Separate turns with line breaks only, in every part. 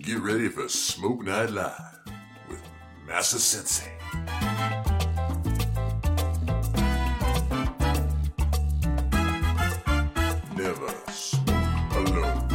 Get ready for Smoke Night Live with Massa Sensei. Never smoke alone.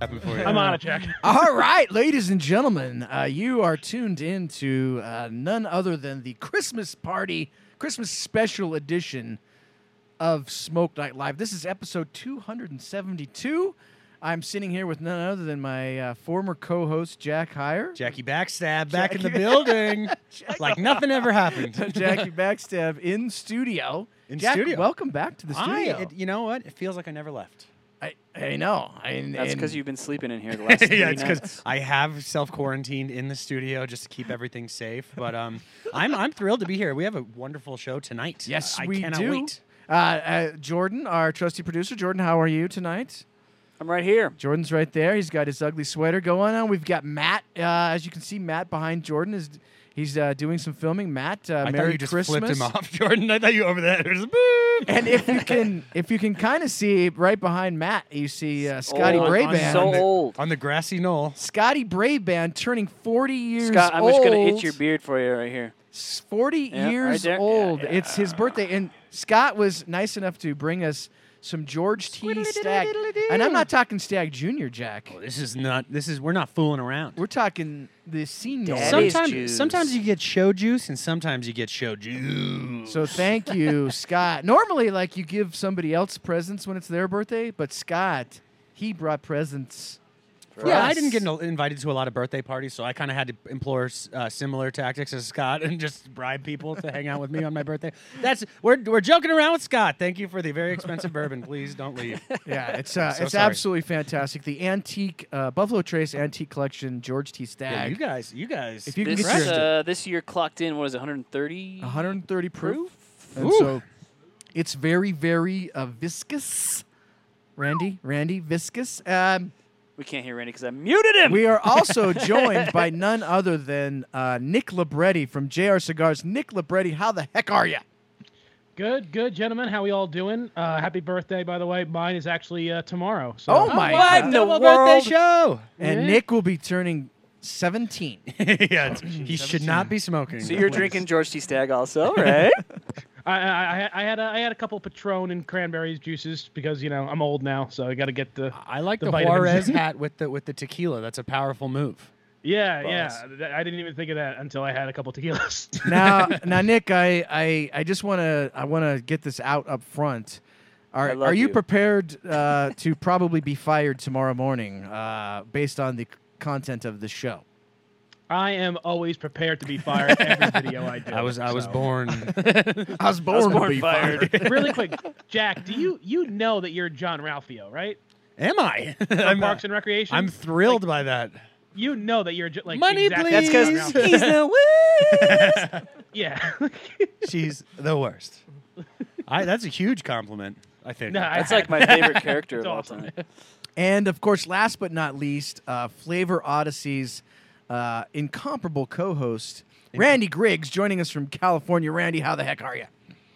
Happy for you.
I'm out of Jack.
All right, ladies and gentlemen, uh, you are tuned in to uh, none other than the Christmas party, Christmas special edition of Smoke Night Live. This is episode 272. I'm sitting here with none other than my uh, former co-host Jack Hire,
Jackie Backstab back in the
Jackie-
building. like nothing ever happened.
Jackie Backstab in studio.
In
Jack,
studio.
welcome back to the
I,
studio.
it- you know what? It feels like I never left.
I, I know. I,
That's
and-
because you've been sleeping in here the last. three
yeah, it's because
nights.
I have self quarantined in the studio just to keep everything safe. But um, I'm I'm thrilled to be here. We have a wonderful show tonight.
Yes,
I
we
cannot
do.
wait.
Uh, uh, Jordan, our trusty producer. Jordan, how are you tonight?
I'm right here.
Jordan's right there. He's got his ugly sweater going on. We've got Matt, uh, as you can see, Matt behind Jordan is he's uh, doing some filming. Matt, uh,
I thought
Merry
you just
Christmas.
flipped him off, Jordan. I thought you over that. There's a boo.
And if you can, if you can kind of see right behind Matt, you see uh, Scotty
Old.
Brabant.
I'm so
On the-
old.
on the grassy knoll.
Scotty Brabant turning 40 years
Scott, I'm
old.
just gonna itch your beard for you right here.
S- 40
Yeah, right
years
there. Yeah,
old. It's his birthday. And Scott was nice enough to bring us some George T. Stagg. And I'm not talking Stagg Jr., Jack.
Oh, this is not. This is. We're not fooling around.
We're talking the senior.
Daddy's
Sometimes,
juice.
sometimes you get show juice, and sometimes you get show juice.
So thank you, Scott. Normally, like you give somebody else presents when it's their birthday, but Scott, he brought presents. for
Yeah, I
us.
didn't get no- invited to a lot of birthday parties, so I kind of had to employ uh, similar tactics as Scott and just bribe people to hang out with me on my birthday. That's we're, we're joking around with Scott. Thank you for the very expensive bourbon. Please don't leave.
Yeah, it's uh,
so
it's
sorry.
absolutely fantastic. The antique uh, Buffalo Trace antique collection, George T.
Yeah,
Stagg.
you guys, you guys.
If you can
This
get your
uh, this year clocked in what is it, 130?
130 proof, and
Ooh.
so it's very very uh, viscous. Randy, Randy, viscous. Um,
We can't hear Randy because I muted him.
we are also joined by none other than uh, Nick Labretti from JR Cigars. Nick Labretti, how the heck are you?
Good, good, gentlemen. How we all doing? Uh, happy birthday, by the way. Mine is actually uh, tomorrow. So
Oh my
what in the
Double birthday
world? show?
And
Yeah.
Nick will be turning 17.
yeah, it's- he should not be smoking.
so you're
please.
drinking George T. Stag also, right?
I, I, I had a, I had a couple Patron and cranberries juices because you know I'm old now, so I got to get the
I like
the
the,
vitamins.
Juarez hat with the with the tequila. That's a powerful move.
yeah
Boss.
yeah. Th- I didn't even think of that until I had a couple tequilas.
Now, now, Nick, I, I, I just want to I want to get this out up front. Are,
I love
are you,
you.
prepared uh, to probably be fired tomorrow morning uh, based on the c- content of the show?
I am always prepared to be fired every video I do.
I was I was
so.
born.
I was born,
I was born fired.
really quick, Jack. Do you you know that you're John Ralphio, right?
Am I?
From
I'm, uh,
Parks and Recreation.
I'm thrilled by that.
You know that you're ju- like
Money,
exactly
please.
That's because
John Ralphio.
he's the worst.
yeah.
She's the worst. I, that's a huge compliment. I think.
No, I-
That's like my favorite character of
It's
all
awesome.
time.
And of course, last but not least, uh, Flavor Odyssey's uh, incomparable co-host Randy Griggs joining us from California. Randy, how the heck are you?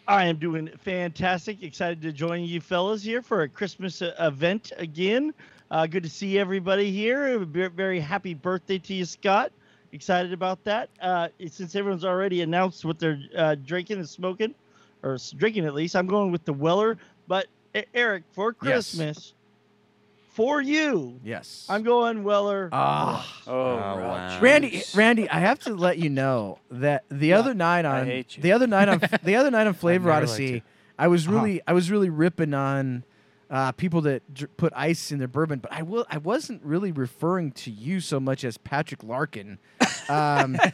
I am doing fantastic. Excited to join you fellas here for a Christmas uh, event again. Uh, good to see everybody here. Ve- Very happy birthday to you, Scott. Excited about that. Uh, since everyone's already announced what they're uh, drinking and smoking, or s- drinking at least, I'm going with the Weller. But E- Eric, for Christmas, for you,
Yes.
I'm going Weller.
Ah.
Oh,
wow.
Randy, Randy, I have to let you know that the other night
I
on
hate you.
the other night on the other night on Flavor
never liked you.
Odyssey, I was really
Uh-huh.
I was really ripping on uh, people that dr- put ice in their bourbon, but I will I wasn't really referring to you so much as Patrick Larkin. Um,
Just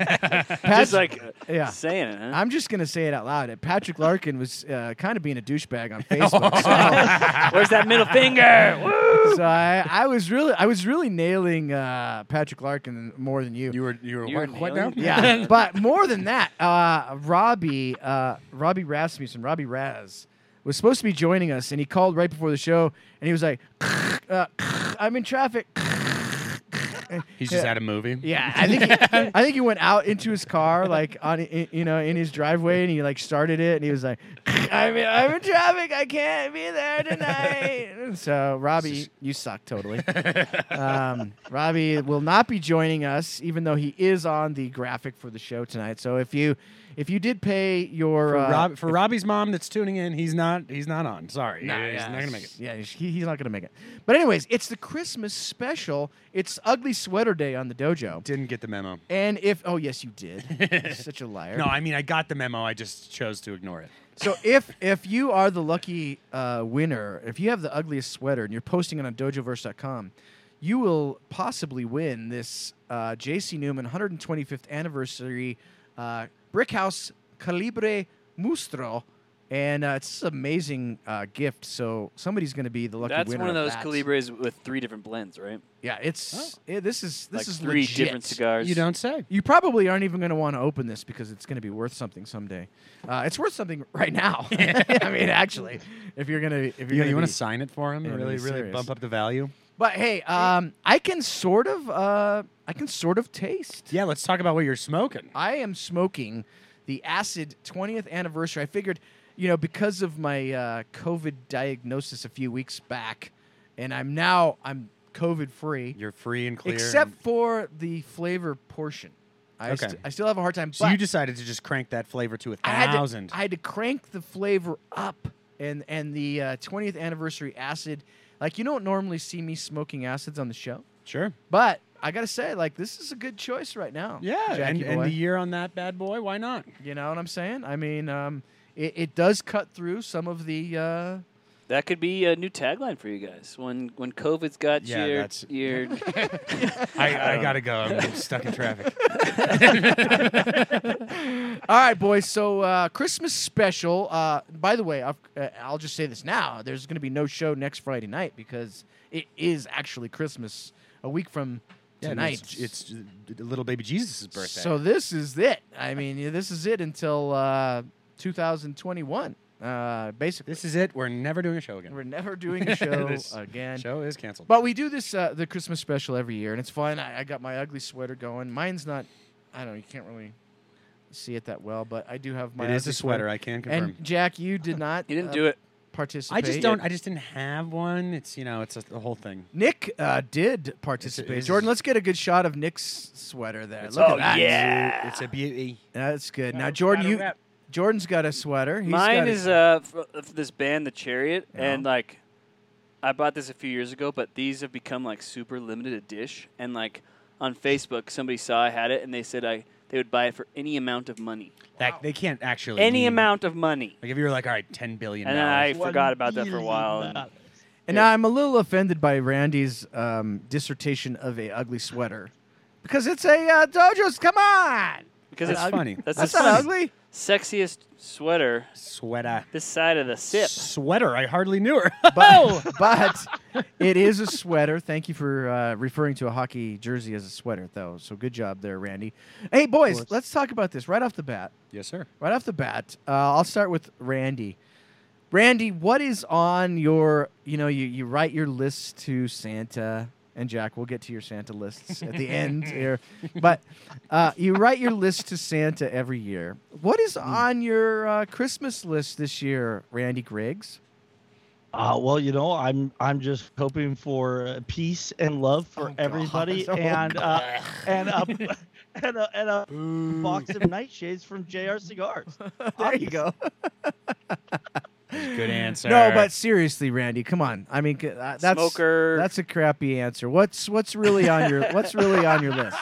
Pat-
like uh,
yeah.
saying it, huh?
I'm just gonna say it out loud. Patrick Larkin was uh, kind of being a douchebag on Facebook. so-
Where's that middle finger? Woo!
so I, I was really I was really nailing uh, Patrick Larkin more than you.
You were you were
You were
what, what now?
nailing it.
Yeah, but more than that, uh, Robbie, uh, Robbie Rasmussen, Robbie Raz, was supposed to be joining us, and he called right before the show, and he was like, uh, "I'm in traffic,"
He's just at a movie.
Yeah, I think he, I think he went out into his car, like on i- you know in his driveway, and he like started it, and he was like, "I'm in, I'm in traffic, I can't be there tonight." And so Robbie, you suck totally. Um, Robbie will not be joining us, even though he is on the graphic for the show tonight. So if you if you did pay your
For,
uh,
Rob, for Robbie's mom that's tuning in, he's not. He's not on. Sorry, he's not gonna make it.
Yeah, he, he's not gonna make it. But anyways, it's the Christmas special. It's Ugly Sweater Day on the dojo.
Didn't get the memo.
And if oh yes you did, You're such a liar.
No, I mean I got the memo. I just chose to ignore it.
So if if you are the lucky uh, winner, if you have the ugliest sweater and you're posting it on dojoverse.com, you will possibly win this uh, J.C. Newman 125th anniversary uh, Brickhouse Calibre Mustro. And uh, it's an amazing uh, gift. So somebody's going to be the lucky
That's
winner.
one of those
that.
Calibres with three different blends, right?
Yeah, it's yeah, this is this
like
is
three
legit.
different cigars.
You don't say.
You probably aren't even going to want to open this because it's going to be worth something someday. Uh, it's worth something right now. I mean, actually, if you're gonna, if you're
You,
gonna
want
be-
to sign it for him
Yeah,
and really,
be
really
serious.
bump up the value?
But hey, um, I can sort of, uh, I can sort of taste.
Yeah, let's talk about what you're smoking.
I am smoking the acid 20th anniversary. I figured, you know, because of my uh, COVID diagnosis a few weeks back, and I'm now I'm COVID free,
You're free and clear.
except
and-
for the flavor portion. I,
Okay.
st- I still have a hard time.
so
but-
you decided to just crank that flavor to a
I had
thousand.
To, I had to crank the flavor up, and and the uh, 20th anniversary acid. Like you don't normally see me smoking acids on the show,
sure.
but I gotta say, like this is a good choice right now.
Yeah,
Oh, Jackie
and, and
boy.
the year on that bad boy. Why not?
you know what I'm saying? I mean, um, it, it does cut through some of the. Uh,
That could be a new tagline for you guys. When when COVID's got
Yeah,
your
that's-
your
I, I gotta go. I'm stuck in traffic.
all right, boys. So uh, Christmas special. Uh, by the way, I've, uh, I'll just say this now: there's gonna be no show next Friday night because it is actually Christmas a week from
Yeah, and
tonight.
it's, it's uh, little baby Jesus' birthday.
So this is it. I mean, yeah, this is it until uh, 2021. Uh, basically,
this is it. We're never doing a show again.
we're never doing a show
This
again.
show is canceled.
But we do this uh, the Christmas special every year, and it's fun. I, I got my ugly sweater going. Mine's not. I don't. know, You can't really see it that well, but I do have my.
it is
ugly
a sweater. I can confirm.
And Jack, you did not.
you didn't
uh,
do it.
Participate.
I just don't. I just didn't have one. It's you know, it's a, the whole thing.
Nick uh, did participate.
it's-
Jordan, let's get a good shot of Nick's sweater there.
It's
Look
a-
at that.
yeah.
it's a beauty.
That's good. Now,
Gotta-
Jordan,
gotta
you
rep.
Jordan's got a sweater. He's got
Mine
a-
is uh f- of this band, The Chariot,
Yeah.
and like I bought this a few years ago, but these have become like super limited a dish. And like on Facebook, somebody saw I had it, and they said I they would buy it for any amount of money,
That they can't
Oh,
actually
any
mean-
amount of money.
Like if you were like, all right, ten billion.
And then I
dollars.
One
forgot about that for a
billion
while. and-
dollars.
uh,
And now I'm a little offended by Randy's um, dissertation of a ugly sweater, because it's a uh, dojo's. Come on,
because
That's
it's
funny.
That's,
that's
the
not
s-
ugly.
sexiest sweater
sweater.
this side of the sip.
Sweater. I hardly knew her.
Oh,
But, but it is a sweater. Thank you for uh, referring to a hockey jersey as a sweater, though. So good job there, Randy. Hey, boys,
course.
let's talk about this right off the bat.
yes, sir.
Right off the bat, uh, I'll start with Randy. Randy, what is on your, you know, you, you write your list to Santa, and Jack, we'll get to your Santa lists at the end here. But uh, you write your list to Santa every year. What is on your uh, Christmas list this year, Randy Griggs?
Uh, well, you know, I'm I'm just hoping for uh, peace and love for
Oh, God.
everybody,
Oh,
and uh, and a, and a, and a box of nightshades from JR Cigars.
There you go.
Good answer.
No, but seriously, Randy, come on. I mean, c- uh, that's
Smoker.
that's a crappy answer. What's what's really on your what's really on your list?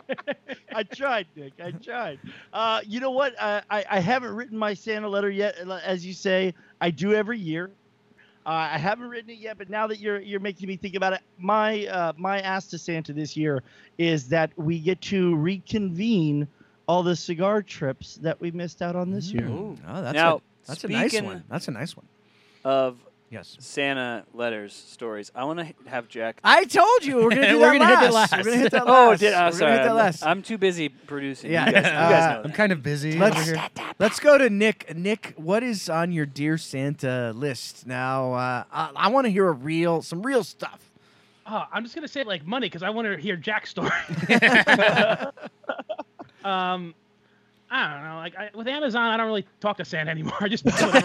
I tried, Nick. I tried. Uh, you know what? I, I, I haven't written my Santa letter yet. uh, As you say, I do every year. Uh, I haven't written it yet, but now that you're you're making me think about it, my uh, my ask to Santa this year is that we get to reconvene all the cigar trips that we missed out on this year.
Oh, that's a,
Now,
that's a nice
speaking-
one. That's a nice one.
Of
Yes.
Santa letters stories, I want to have Jack.
I told you we're gonna do
We're
that
gonna hit that
last.
last.
We're gonna hit that
Oh,
last.
did oh,
we're
sorry.
gonna hit that
I'm,
last.
I'm too busy producing.
Yeah. Uh,
You guys, you guys know
I'm
that.
kind of busy. over
Let's
here.
let's go to Nick. Nick, what is on your dear Santa list now? Uh, I, I want to hear a real some real stuff.
oh, I'm just gonna say like money because I want to hear Jack's story. um, I don't know. Like I, with Amazon, I don't really talk to Santa anymore. I just put it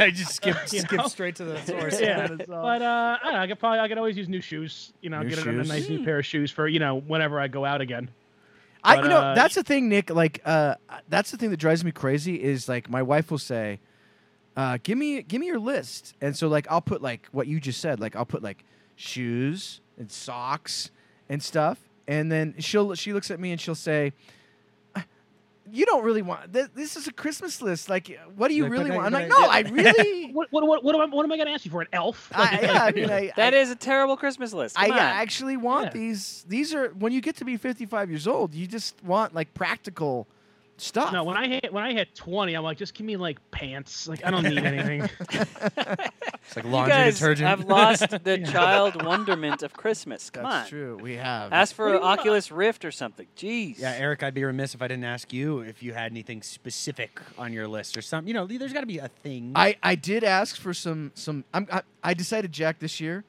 I just skip
You
skip
know?
straight to the source.
Yeah.
That is all.
But uh, I don't know. I could probably I could always use new shoes. You know,
New
get another
shoes.
nice new pair of shoes for you know whenever I go out again.
I
But,
you know
uh,
that's the thing, Nick. Like uh, that's the thing that drives me crazy is like my wife will say, uh, "Give me, give me your list," and so like I'll put like what you just said, like I'll put like shoes and socks and stuff, and then she'll she looks at me and she'll say. "Uh, You don't really want th- this. Is a Christmas list. Like, what do you
Like,
really
but I-
want? I'm
but
like,
I-
no, I really.
What what what what am I, what am I gonna ask you for? An elf?
I, yeah, I mean, I,
That
I,
is a terrible Christmas list.
I
Come on.
actually want
Yeah.
these. These are when you get to be 55 years old, you just want like practical stuff.
No, when I hit when I hit twenty, I'm like, just give me like pants. Like I don't need anything.
It's like
you
laundry
guys
detergent.
have lost the child wonderment of Christmas. Come
That's
on.
true. We have.
Ask for an
What do you want?
Oculus Rift or something. Jeez.
Yeah, Eric, I'd be remiss if I didn't ask you if you had anything specific on your list or something. You know, there's got to be a thing.
I, I did ask for some some. I'm, I I decided Jack this year.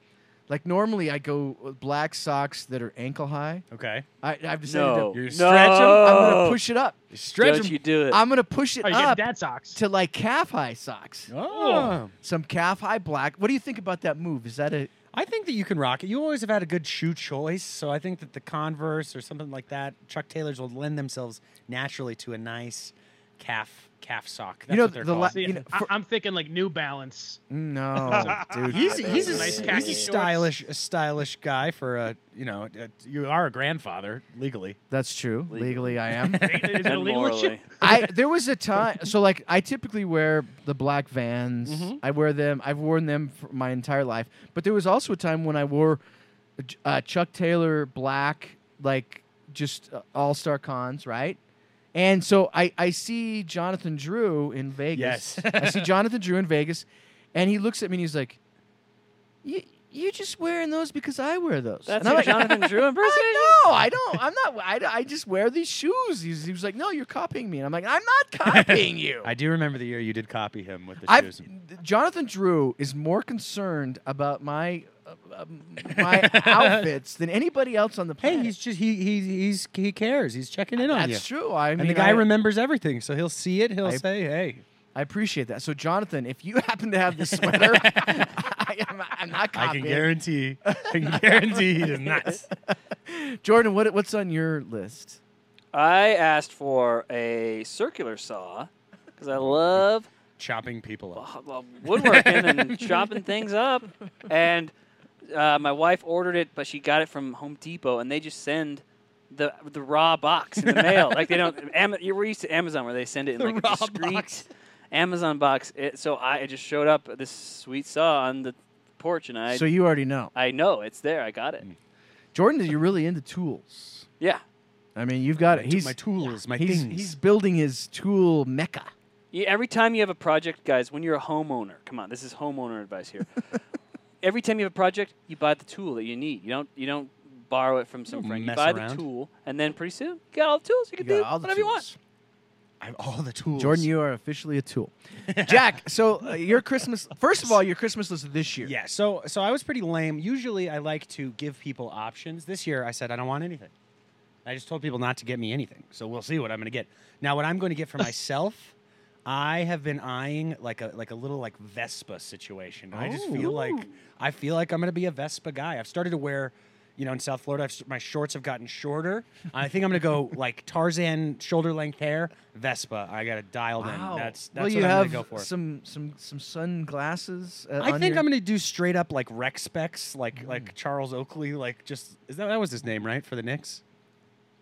Like normally I go with black socks that are ankle high.
okay.
I, I've decided
no.
You're
no.
stretching.
to. I'm gonna push it up.
Stretch
Don't you do it.
I'm gonna push it
Are you getting
up
dad socks?
Uh, to like calf high socks.
Oh.
Some calf high black. What do you think about that move? Is that a
I think that you can rock it. You always have had a good shoe choice, so I think that the Converse or something like that, Chuck Taylors will lend themselves naturally to a nice calf calf sock. That's
You know,
what they're
the
called.
la-
See,
you know,
I,
for-
I'm thinking like New Balance.
no, dude?
he's he's a,
Nice
he's
khaki
a
shorts.
stylish a stylish guy for a you know a, you are a grandfather legally.
That's true.
Legally.
Legally, I am.
Is it
and
illegal to shoot?
morally.
I there was a time so like I typically wear the black Vans. I wear them. I've worn them for my entire life. But there was also a time when I wore uh, Chuck Taylor black like just uh, all star cons, right? And so I I see Jonathan Drew in Vegas.
Yes.
I see Jonathan Drew in Vegas, and he looks at me and he's like, "You you just wearing those because I wear those."
That's
and I'm
a
like,
Jonathan Drew impersonation?
I know. I don't. I'm not. I, I just wear these shoes. He's, he was like, no, you're copying me. And I'm like, I'm not copying you.
I do remember the year you did copy him with the
I've-
shoes.
Jonathan Drew is more concerned about my uh, um, my outfits than anybody else on the planet.
Hey, he's just he he he's he cares. He's checking in on
That's
you.
true. I mean,
and the guy
I,
remembers everything, so he'll see it. He'll
I-
say, "Hey,
I appreciate that. So, Jonathan, if you happen to have this sweater, I am, I'm not
I can
copying.
guarantee, I can guarantee he does not."
Jordan, what, what's on your list?
I asked for a circular saw because I love
Chopping people up.
uh, well, woodworking and chopping things up. And uh, my wife ordered it, but she got it from Home Depot, and they just send the the raw box in the mail. like they don't. Am- you were used to Amazon where they send it in
The
like a
raw
discreet
box.
Amazon box. It, so I it just showed up this sweet saw on the porch, and I
so you already know.
I know it's there. I got it.
Jordan, you're really into tools.
Yeah,
I mean, you've got it.
He's,
He's
my tools, my
he's,
things.
he's building his tool mecca.
Yeah, every time you have a project, guys, when you're a homeowner, come on, this is homeowner advice here. every time you have a project, you buy the tool that you need. You don't you don't borrow it from some
don't
friend. You
Mm-hmm. mess
buy
around.
the tool, and then pretty soon you got all the tools. You can
You
do
got all the
whatever you want.
tools.
I have all the tools.
Jordan, you are officially a tool. Jack, so uh, your Christmas, first of all, your Christmas list this year.
Yeah. So so I was pretty lame. Usually I like to give people options. This year I said I don't want anything. I just told people not to get me anything. So we'll see what I'm going to get. Now what I'm going to get for myself, I have been eyeing like a like a little like Vespa situation. I just
Oh.
feel like I feel like I'm going to be a Vespa guy. I've started to wear you know, in South Florida, I've, s- my shorts have gotten shorter. I think I'm gonna go like Tarzan shoulder length hair, Vespa. I got it dialed
Wow.
in. That's that's
well,
what
you
I'm
have
gonna go for.
some some some sunglasses. Uh,
I
on
think
your-
I'm gonna do straight up like rec specs,
Mm.
like like Charles Oakley, like just is that that was his name right for the Knicks?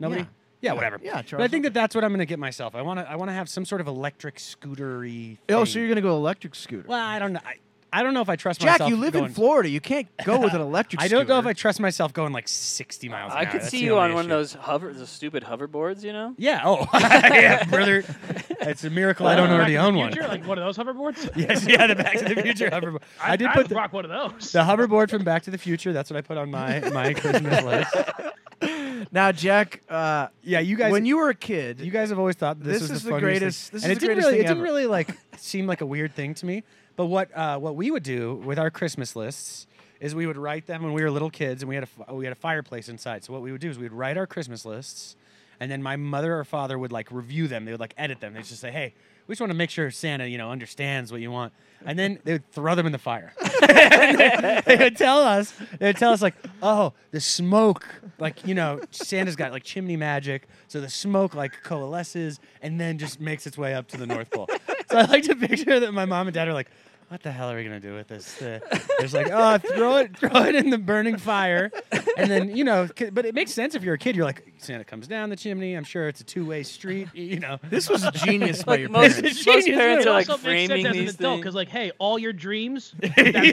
Nobody.
Yeah.
Yeah, whatever.
Yeah,
But I
Charles
think that that's what I'm gonna get myself. I wanna I wanna have some sort of electric scootery.
Oh,
thing.
so you're gonna go electric scooter?
Well, I don't know. I, I don't know if I trust
Jack,
myself.
you live in
going-
Florida. You can't go with an electric.
I don't know if
scooter.
I trust myself going like 60 miles. an
I
hour.
could
That's
see
the
you on
only
one of
issue.
those hover, those stupid hoverboards. You know,
Yeah. Oh, yeah, brother. It's a miracle I don't
Back
already
to the
own one.
future, Like one of those hoverboards.
Yes. Yeah. The Back to the Future hoverboard. I, did put
would
the,
rock one of those.
the hoverboard from Back to the Future. That's what I put on my my Christmas list.
Now, Jack, uh,
Yeah, you guys.
when you were a kid,
you guys have always thought this,
This
was
is
the,
the
funniest
greatest-
Thing.
this
and
is
it
the
didn't
greatest
really,
thing
it didn't
ever.
really like seem like a weird thing to me. But what uh, what we would do with our Christmas lists is we would write them when we were little kids, and we had a f- we had a fireplace inside. So what we would do is we'd write our Christmas lists, and then my mother or father would like review them. They would like edit them. They'd just say, "Hey, we just want to make sure Santa, you know, understands what you want," and then they would throw them in the fire. they would tell us they would tell us like oh the smoke like you know santa's got like chimney magic so the smoke like coalesces and then just makes its way up to the north pole so i like to picture that my mom and dad are like what the hell are we gonna do with this? Uh, it's like, oh, throw it, throw it in the burning fire, and then you know. c- But it makes sense if you're a kid. You're like, Santa comes down the chimney. I'm sure it's a two way street. y- You know,
This was genius by your
Like most,
parents.
most
Genius,
parents
yeah.
are like
also makes sense
framing
as an
these
adult because,
things.
like, hey, all your dreams.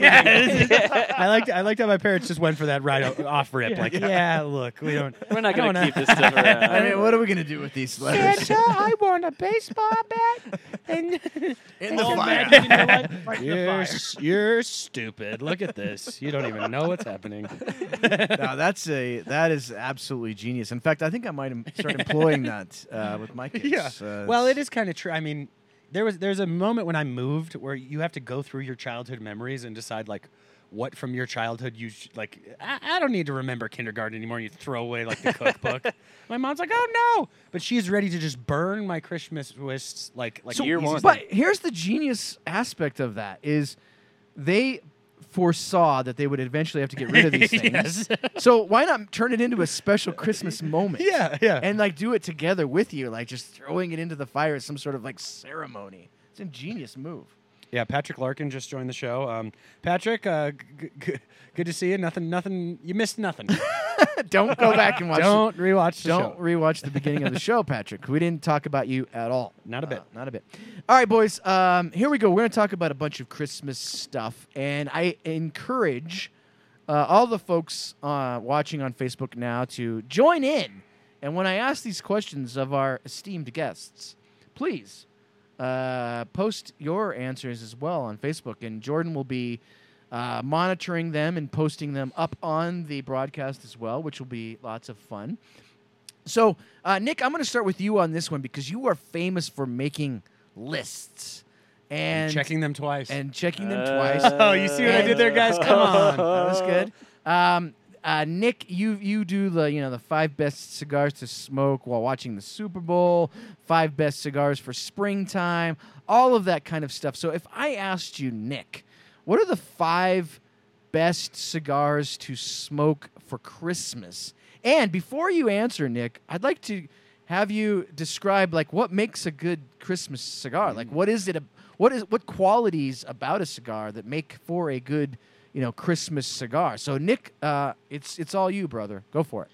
I liked I liked how my parents just went for that right o- off rip. Like, yeah, look, we don't.
We're not
I don't
gonna keep
know.
this stuff around.
I mean, what are we gonna do with these letters?
I want a baseball bat. And
In the
all
fire.
magic in your life, right in the
you're,
fire.
s- you're stupid. Look at this. You don't even know what's happening.
No, that's a that is absolutely genius. In fact, I think I might em- start employing that uh, with my kids. Uh,
well, it
it's-
is kind of true. I mean, there was there's a moment when I moved where you have to go through your childhood memories and decide like what from your childhood you sh- like. I, I don't need to remember kindergarten anymore. You throw away like the cookbook. my mom's like, oh no, but she's ready to just burn my Christmas lists like like
So-
year
one.
But here's the genius aspect of that is they foresaw that they would eventually have to get rid of these things.
Yes.
So why not turn it into a special Christmas moment?
Yeah, yeah.
And like do it together with you, like just throwing it into the fire as some sort of like ceremony. It's an ingenious move.
Yeah, Patrick Larkin just joined the show. Um, Patrick, uh, g- g- good to see you. Nothing, nothing. You missed nothing.
Don't go back and watch.
Don't rewatch
The,
the
don't
show.
rewatch the beginning of the show, Patrick. We didn't talk about you at all.
Not a bit.
Uh, not a bit. All right, boys. Um, here we go. We're going to talk about a bunch of Christmas stuff, and I encourage uh, all the folks uh, watching on Facebook now to join in. And when I ask these questions of our esteemed guests, please uh, post your answers as well on Facebook, and Jordan will be uh, monitoring them and posting them up on the broadcast as well, which will be lots of fun. So, uh, Nick, I'm going to start with you on this one because you are famous for making lists and
Checking them twice.
and checking them twice.
Uh,
Oh, you see what I did there, guys? Come on.
That was good. Um, uh, Nick, you you do the you know the five best cigars to smoke while watching the Super Bowl, five best cigars for springtime, all of that kind of stuff. So if I asked you, Nick, what are the five best cigars to smoke for Christmas? And before you answer, Nick, I'd like to have you describe like what makes a good Christmas cigar? Like what is it? A, what is what qualities about a cigar that make for a good you know Christmas cigar? So Nick, uh, it's it's all you, brother. Go for it.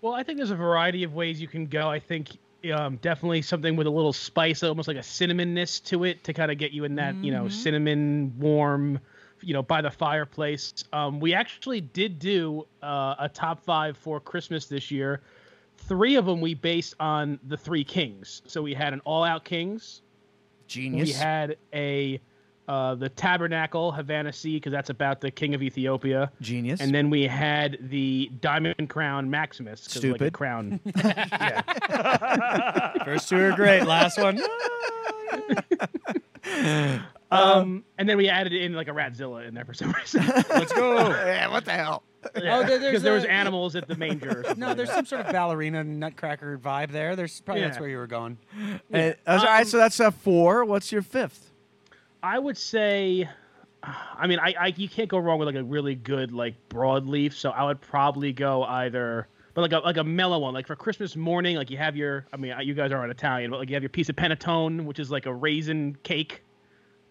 Well, I think there's a variety of ways you can go. I think um, definitely something with a little spice, almost like a cinnamonness to it, to kind of get you in that you
Mm-hmm.
know cinnamon warm, you know, by the fireplace. Um, we actually did do uh, a top five for Christmas this year. Three of them we based on the Three Kings. So we had an all-out Kings,
Genius.
we had a uh, the Tabernacle Havana Sea because that's about the King of Ethiopia.
Genius.
And then we had the Diamond Crown Maximus. 'cause, Like a
Stupid.
crown.
First two are great. Last one.
um, and then we added in like a Ratzilla in there for some reason.
Let's go.
Yeah, what the hell?
Yeah,
Oh, there- there's
because there was
a-
animals at the manger. Or something
No,
like
there's
that.
some sort of ballerina nutcracker vibe there. There's probably that's
Yeah.
where you were going.
all right, so that's uh, four. What's your fifth?
I would say, I mean, I, I you can't go wrong with like a really good like broadleaf. So I would probably go either, but like a like a mellow one, like for Christmas morning, like you have your. I mean, you guys aren't Italian, but like you have your piece of panettone, which is like a raisin cake.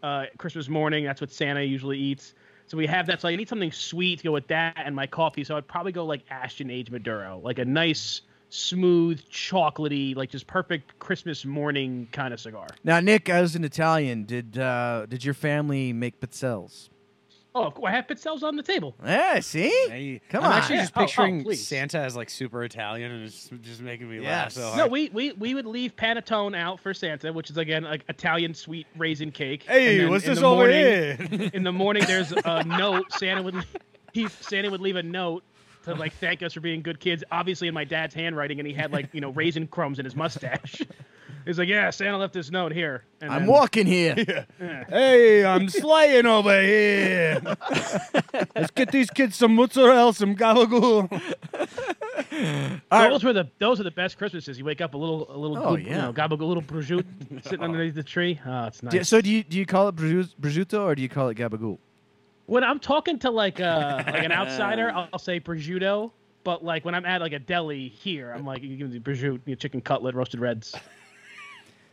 Uh, Christmas morning, that's what Santa usually eats. So we have that. So I need something sweet to go with that and my coffee. So I'd probably go like Ashton Age Maduro, like a nice, smooth, chocolatey, like just perfect Christmas morning kind of cigar.
Now, Nick, as an Italian, did uh, did your family make pizzelles?
Oh, I have pit cells on the table.
Yeah, see,
Hey,
Come
I'm
on.
actually
Yeah.
just
Oh, oh,
picturing
please.
Santa as like super Italian, and it's just making me laugh.
Yes.
So
No,
hard.
No, we, we we would leave panettone out for Santa, which is again like Italian sweet raisin cake. And then in the morning, In the morning, there's a note. Santa would he Santa would leave a note to like thank us for being good kids. Obviously in my dad's handwriting, and he had like you know raisin crumbs in his mustache. He's like, yeah, Santa left this note here. And
I'm
then-
walking here.
Hey, I'm slaying over here. Let's get these kids some mozzarella, some gabagool.
Those were the those are the best Christmases. You wake up a little a little
Oh,
goop- you
yeah.
know, gobble a little prosciutto sitting underneath the tree. Oh, it's nice.
Do- so do you do you call it prosciut- prosciutto or do you call it gabagool?
when I'm talking to like uh like an outsider, I'll, I'll say prosciutto. But like when I'm at like a deli here, I'm like, you give me the prosciutto, you know, chicken cutlet, roasted reds.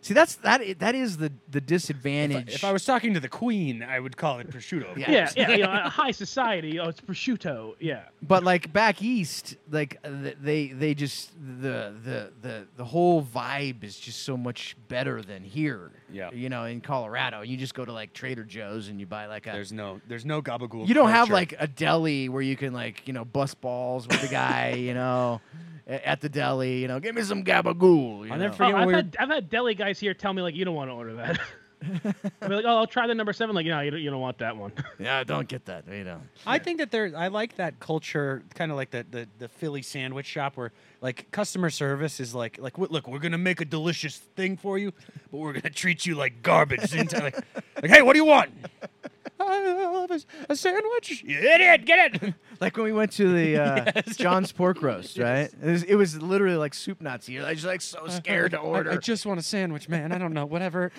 See, that's that. i- That is the the disadvantage.
If I was talking to the queen, I would call it prosciutto.
Yeah.
Yeah, yeah, you know, uh, high society. Oh, it's prosciutto. Yeah,
but like back east, like uh, th- they they just the the the the whole vibe is just so much better than here.
Yeah.
you know, in Colorado, you just go to like Trader Joe's and you buy like a.
There's no, there's no gabagool.
you don't have
culture.
like a deli where you can like you know bust balls with the guy you know a- at the deli you know give me some gabagool. You
I'll never
know?
Oh,
Forget when
I've
we were-
had I've had deli guys here tell me like, you don't want to order that. I'll be like, oh, I'll try the number seven. Like, no, you don't, you don't want that one.
yeah, I don't get that. You know,
I think that there. I like that culture, kind of like the, the the Philly sandwich shop, where like customer service is like like "Wh- look, we're gonna make a delicious thing for you, but we're gonna treat you like garbage. the entire- like, like, hey, what do you want? I love a, a sandwich. You idiot, get it.
Like when we went to the uh, John's pork roast, right? It, was, it was literally like soup Nazi. I was like so scared to order.
I, I just want a sandwich, man. I don't know, whatever.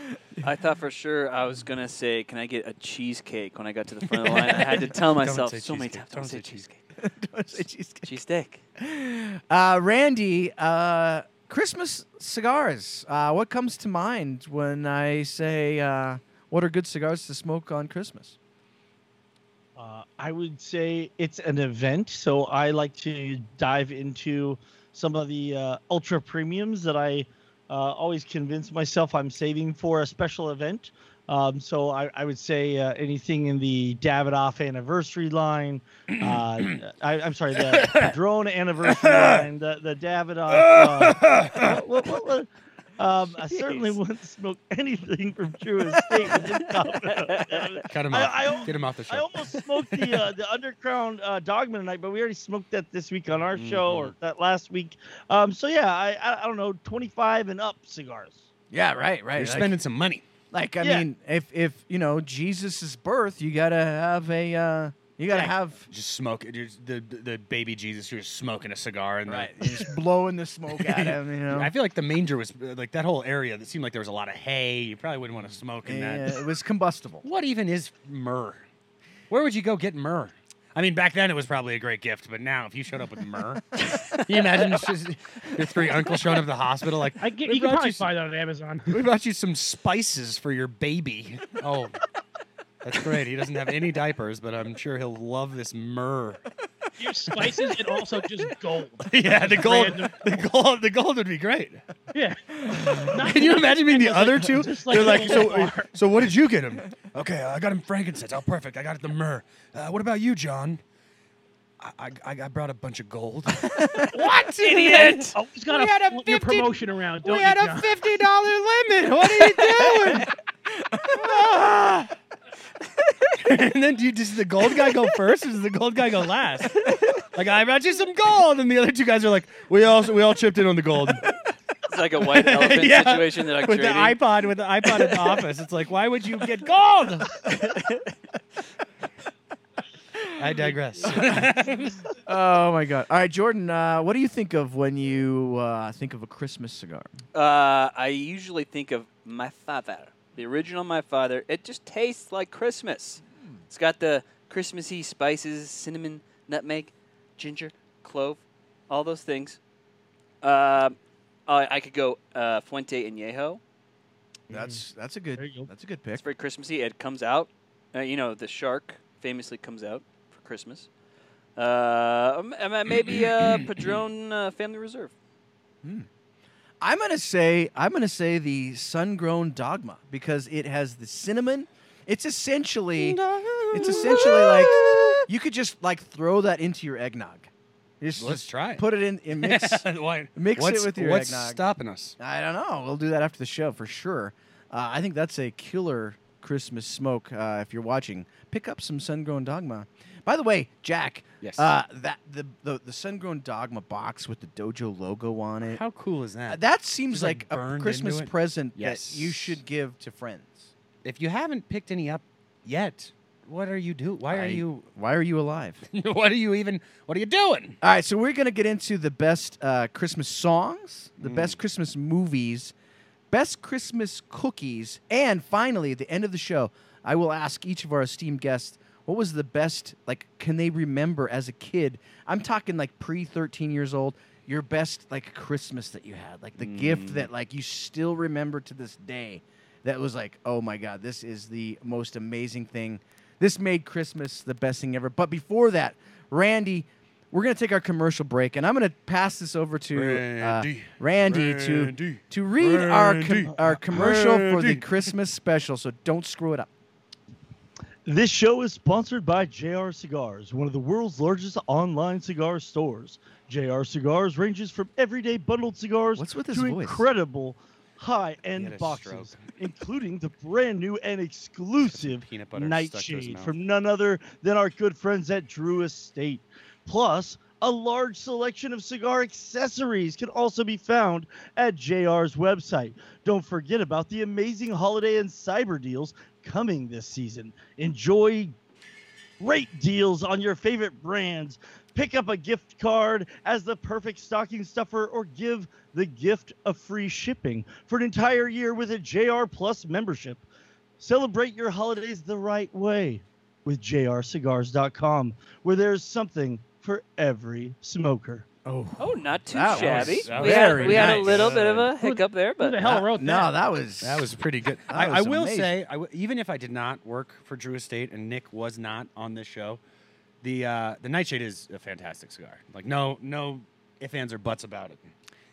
I thought for sure I was gonna say, "Can I get a cheesecake?" When I got to the front of the line, I had to tell
Don't
myself
say
so many
cheesecake.
times, "Don't
Don't
say
say
cheesecake,
Jeez.
cheesesteak."
uh, Randy, uh, Christmas cigars. Uh, what comes to mind when I say uh, what are good cigars to smoke on Christmas?
Uh, I would say it's an event, so I like to dive into some of the uh, ultra premiums that I uh, always convince myself I'm saving for a special event. Um, so I, I would say uh, anything in the Davidoff anniversary line. Uh, I, I'm sorry, the drone anniversary line, the, the Davidoff. Uh, what, what, what, um, I certainly
Jeez.
wouldn't smoke anything from True Estate. with this Davidoff.
Cut him
I-
off.
I-
get him off the
I
show.
almost smoked the uh, the underground uh, dogma tonight, but we already smoked that this week on our show
Mm-hmm.
or that last week. Um, so yeah, I, I I don't know, twenty five and up cigars.
Yeah, right, right.
You're
like,
spending some money.
like, I
Yeah.
mean, if if you know Jesus' birth, you gotta have a uh, you gotta have
Just smoke it. You're- The, the the baby Jesus who's smoking a cigar and
right,
the,
you're just blowing the smoke at him. You know,
I feel like the manger was uh, like that whole area that seemed like there was a lot of hay. You probably wouldn't want to smoke in
yeah,
that.
it was combustible.
What even is myrrh? Where would you go get myrrh? I mean, back then it was probably a great gift, but now if you showed up with myrrh, can you imagine it's just your three uncles showing up at the hospital like,
I get,
we,
you can
brought
probably
some,
find that on Amazon.
we brought you some spices for your baby. Oh, that's great. He doesn't have any diapers, but I'm sure he'll love this myrrh.
Your spices and also just gold.
Yeah, the gold, the gold, the gold would be great.
Yeah,
Can you imagine being the other two?
just like
They're like,
a
so,
little bar."
so what did you get him? Okay, I got him frankincense. Oh, perfect. I got it the myrrh. Uh, what about you, John? I, I, I brought a bunch of gold. what, idiot?
oh, he's got
We
a,
had a
float your
50
promotion around. Don't
we
you,
had a
John?
fifty dollar limit. What are you doing? Ah. and then do you, does the gold guy go first, or does the gold guy go last? Like I brought you some gold, and the other two guys are like, we all we all chipped in on the gold.
It's like a white elephant
Yeah.
situation that I'm
with the
creating.
iPod with the iPod in the office. It's like, why would you get gold? I digress.
Oh my god! All right, Jordan, uh, what do you think of when you uh, think of a Christmas cigar?
Uh, I usually think of my father, the original my father. It just tastes like Christmas. It's got the Christmassy spices, cinnamon, nutmeg, ginger, clove, all those things. Uh, I, I could go uh, Fuente and Yeho.
That's
Mm.
that's a good
There you go.
that's a good
It's
pick.
very Christmassy. It comes out. Uh, you know, the shark famously comes out for Christmas. Uh, m- m- maybe uh, Padron uh, Family Reserve.
I'm gonna say I'm gonna say the sun grown dogma because it has the cinnamon. It's essentially it's essentially like you could just like throw that into your eggnog. Just,
Let's
just
try it.
Put it in and mix.
Why-
Mix it
what's-
with your
What's
eggnog.
stopping us?
I don't know. We'll do that after the show for sure. Uh, I think that's a killer Christmas smoke, uh, if you're watching, pick up some Sun Grown Dogma. By the way, Jack,
Yes.
uh, that the, the the Sun Grown Dogma box with the dojo logo on it.
How cool is
Uh,
that?
that seems
Just, like,
like, a
burned
Christmas
into it?
present
Yes.
that you should give to friends.
If you haven't picked any up yet, what are you do? Why are
I-
you?
Why are you alive?
what are you even? What are you doing?
All right, so we're going to get into the best uh, Christmas songs, the best Christmas movies, best Christmas cookies, and finally, at the end of the show, I will ask each of our esteemed guests what was the best, like, can they remember as a kid? I'm talking like pre 13 years old, your best, like, Christmas that you had, like the gift that, like, you still remember to this day that was like, oh my God, this is the most amazing thing. This made Christmas the best thing ever. But before that, Randy, we're going to take our commercial break, and I'm going to pass this over to Randy,
Randy.
uh, Randy, to
Randy.
to read our
Randy.
com- our commercial for the
Randy.
Christmas special. So don't screw it up.
This show is sponsored by JR Cigars, one of the world's largest online cigar stores. JR Cigars ranges from everyday bundled cigars
What's with his
to
voice?
incredible
He had
high-end
a
boxes,
stroke.
including the brand new and exclusive
Peanut butter stuck to his
Nightshade
mouth.
from none other than our good friends at Drew Estate. Plus, a large selection of cigar accessories can also be found at JR's website. Don't forget about the amazing holiday and cyber deals coming this season. Enjoy great deals on your favorite brands. Pick up a gift card as the perfect stocking stuffer or give the gift of free shipping for an entire year with a JR Plus membership. Celebrate your holidays the right way with jrcigars.com, where there's something for every smoker.
Oh,
Oh, not too
That was
shabby. we
very
had, we had a
nice.
little bit of a
Who-
hiccup there,
Who
but
the hell wrote
no, that was
That was pretty good.
That
I, I
was
will
amazing.
say, I w- even if I did not work for Drew Estate and Nick was not on this show, the uh, the Nightshade is a fantastic cigar. Like no no ifs ands or buts about it.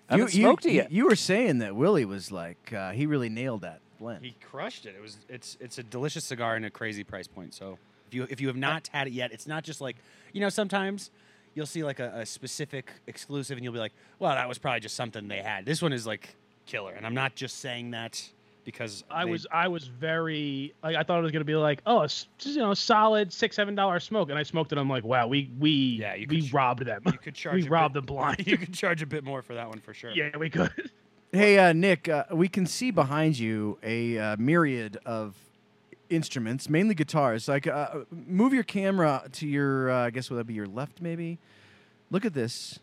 I haven't smoked it
you,
yet.
you were saying that Willie was like uh, he really nailed that blend.
He crushed it. It was it's it's a delicious cigar and a crazy price point. So if you if you have not had it yet, it's not just like you know sometimes you'll see like a, a specific exclusive and you'll be like, well, that was probably just something they had. This one is like killer, and I'm not just saying that because
I
they-
was I was very like I thought it was gonna be like oh it's just, you know solid six seven dollar smoke and I smoked it I'm like wow we we
Yeah, you
we
could ch-
robbed them
you could charge
we
a
robbed
bit-
them blind
you could charge a bit more for that one for sure.
yeah we could
Hey, uh, Nick, uh, we can see behind you a uh, myriad of instruments, mainly guitars. Like, uh, move your camera to your, uh, I guess would that be your left, maybe? Look at this.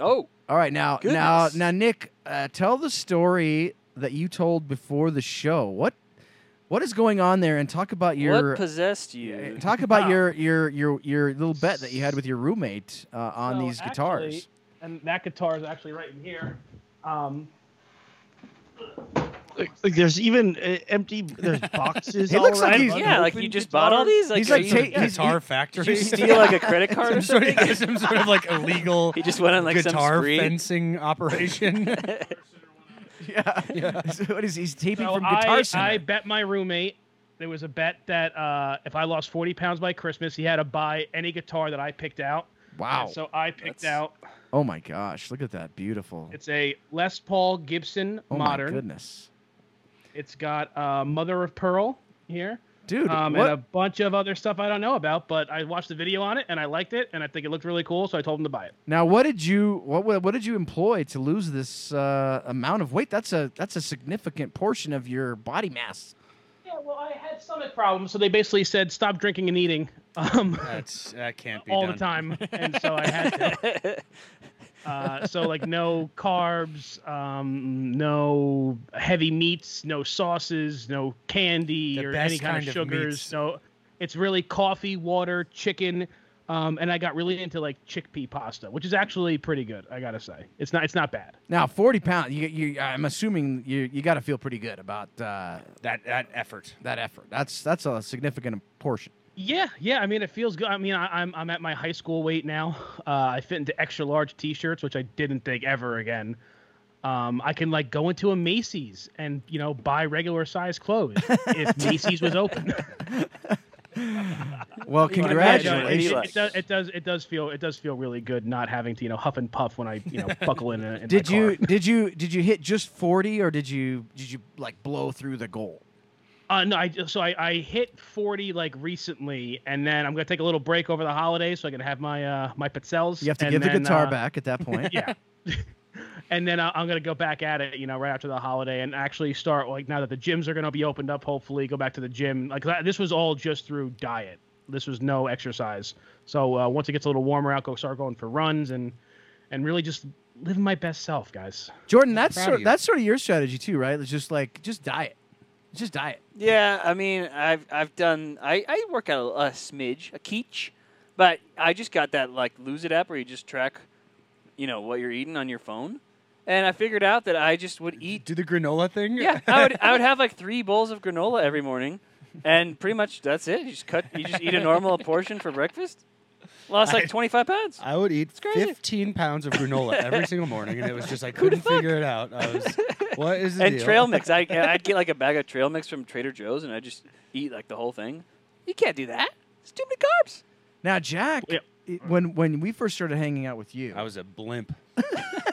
oh,
All right, now, now,
Goodness.
now, Nick, uh, tell the story that you told before the show. What, what is going on there? And talk about your,
what possessed
uh,
you?
talk about your, your, your, your little bet that you had with your roommate uh, on
So
these
actually-
guitars.
and that guitar is actually right in here um
Like, like there's even uh, empty there's boxes.
It looks
all
like
around,
he's-
yeah, like
unopened
you just bought all
guitars.
these. Like,
He's
are
like,
you,
ta- he's-
Guitar factory.
did you steal like a credit card or
some sort,
something?
of, yeah, some sort of like illegal
He just went on like
guitar
some spree.
fencing operation.
yeah. what is he? he's taping
so
from Guitar
I,
Center?
I bet my roommate there was a bet that uh, if I lost forty pounds by Christmas he had to buy any guitar that I picked out
wow.
And so I picked
That's-
out
Oh my gosh, look at that beautiful.
it's a Les Paul Gibson
oh my
modern
goodness.
it's got uh, Mother of Pearl here.
Dude,
um,
what?
and a bunch of other stuff I don't know about, but I watched the video on it and I liked it and I think it looked really cool, so I told him to buy it.
now what did you what wa- what did you employ to lose this uh, amount of weight? That's a that's a significant portion of your body mass.
Yeah, well, I had stomach problems, so they basically said stop drinking and eating um,
That's that can't be
all
done.
the time, and so I had to. Uh, so like no carbs, um, no heavy meats, no sauces, no candy
The
or
best
any kind,
kind
of
of
sugars.
meats.
So it's really coffee, water, chicken, um, and I got really into like chickpea pasta, which is actually pretty good. I gotta say, it's not it's not bad.
Now forty pounds. You, you I'm assuming you you got to feel pretty good about uh,
That that effort.
that effort. That's that's a significant portion.
Yeah, yeah. I mean, it feels good. I mean, I, I'm I'm at my high school weight now. Uh, I fit into extra large T-shirts, which I didn't think ever again. Um, I can like go into a Macy's and you know buy regular size clothes if Macy's was open.
Well,
It,
congratulations.
Eli.
it does, it does it does feel it does feel really good not having to you know huff and puff when I you know buckle in. A, in my
Did you
car.
did you did you hit just forty or did you did you like blow through the goal?
Uh, no, I so I, I hit 40 like recently, and then I'm gonna take a little break over the holidays so I can have my uh my pizzelles.
You have to
and
give the
then,
guitar
uh,
back at that point.
Yeah. and then uh, I'm gonna go back at it, you know, right after the holiday, and actually start like now that the gyms are gonna be opened up. Hopefully, go back to the gym. Like that, this was all just through diet. This was no exercise. So uh, once it gets a little warmer out, go start going for runs and and really just living my best self, guys.
Jordan, that's
proud of
sort,
you.
that's sort of your strategy too, right? It's just like just diet, just diet.
Yeah, I mean, I've I've done I, I work out a, a smidge, a keech, but I just got that like lose it app where you just track, you know, what you're eating on your phone, and I figured out that I just would eat.
Do the granola thing?
Yeah, I would I would have like three bowls of granola every morning, and pretty much that's it. You just cut, you just eat a normal portion for breakfast. Lost like 25 pounds.
I would eat
crazy.
15 pounds of granola every single morning, and it was just I couldn't figure it out. I was, what is the
and
deal?
trail mix. I, I'd get like a bag of trail mix from Trader Joe's, and I just eat like the whole thing. You can't do that. It's too many carbs.
Now, Jack,
Yep.
it- when when we first started hanging out with you,
I was a blimp.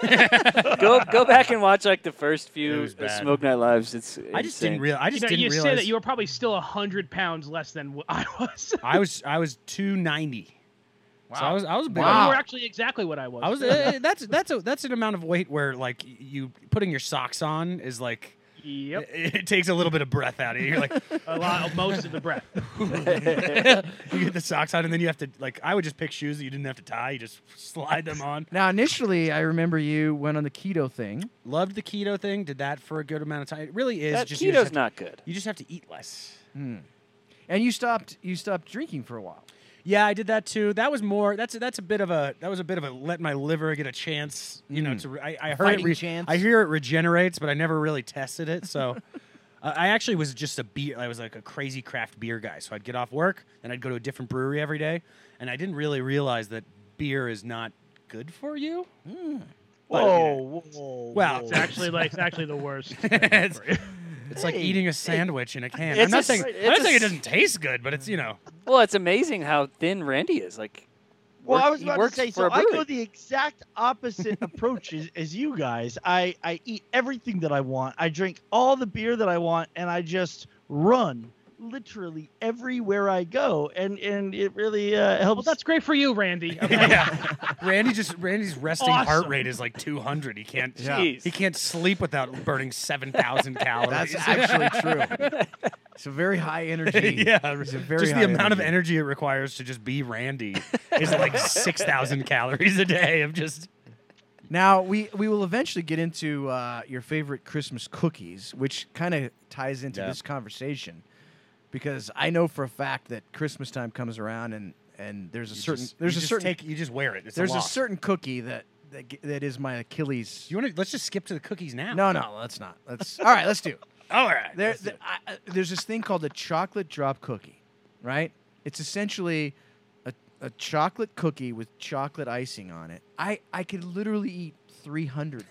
go go back and watch like the first
It
few uh,
was bad.
Smoke Night Lives. It's
I just
insane.
didn't realize. I
You
just
know,
didn't
you
realize.
say that you were probably still hundred pounds less than what I was.
I was I was 290. So I was I was a big.
Wow.
you were actually exactly what I was.
Ah. I was uh, that's that's a that's an amount of weight where like you putting your socks on is like
Yep.
it, it takes a little bit of breath out of you. You're like
A lot, most of the breath.
you get the socks on and then you have to like I would just pick shoes that you didn't have to tie. You just slide them on.
now initially, I remember you went on the keto thing.
Loved the keto thing. Did that for a good amount of time. It really is
That
just you just have
keto's
to-
not good.
You just have to eat less.
Hmm. And you stopped you stopped drinking for a while.
Yeah, I did that too. That was more. That's that's a bit of a that was a bit of a let my liver get a chance. You know,
Mm.
to re- I, I heard it
fighting
re-
chance.
I hear it regenerates, but I never really tested it. So uh, I actually was just a beer. I was like a crazy craft beer guy. So I'd get off work and I'd go to a different brewery every day, and I didn't really realize that beer is not good for you.
Hmm.
Whoa, whoa, whoa.
Well,
It's actually like it's actually the worst.
It's- It's like
Hey,
eating a sandwich in a can.
it's
I'm not
a
saying
s-
I'm
it's
not
a
saying it
s-
doesn't taste good, but it's you know.
Well, it's amazing how thin Randy is. Like,
Well, I
work-
was
he
about to
works
say,
for
so
a
I go
brewery.
the exact opposite approach as, as you guys. I, I eat everything that I want. I drink all the beer that I want, and I just run literally everywhere I go. And and it really uh,
Well,
helps.
that's great for you, Randy. Okay.
yeah. Randy just Randy's resting heart
Awesome.
rate is like 200. He can't
Yeah.
Jeez.
he can't sleep without burning 7,000 calories.
That's actually true. It's a very high energy.
yeah,
it's a very
just the
high
amount of
energy.
energy it requires to just be Randy is like 6,000 calories a day of just
Now we we will eventually get into uh, your favorite Christmas cookies, which kind of ties into
Yeah.
this conversation, because I know for a fact that Christmas time comes around and and there's a
you
certain
just-
there's
you
a
just
certain
take you just wear it. It's
there's
a,
a,
loss.
certain cookie that that, g- that is my Achilles.
You want to let's just skip to the cookies now.
no, no, let's not. Let's all right. Let's do. it.
All right.
There,
let's do
th- I, I- there's this thing called the chocolate drop cookie, right? It's essentially a, a chocolate cookie with chocolate icing on it. I, I could literally eat 300.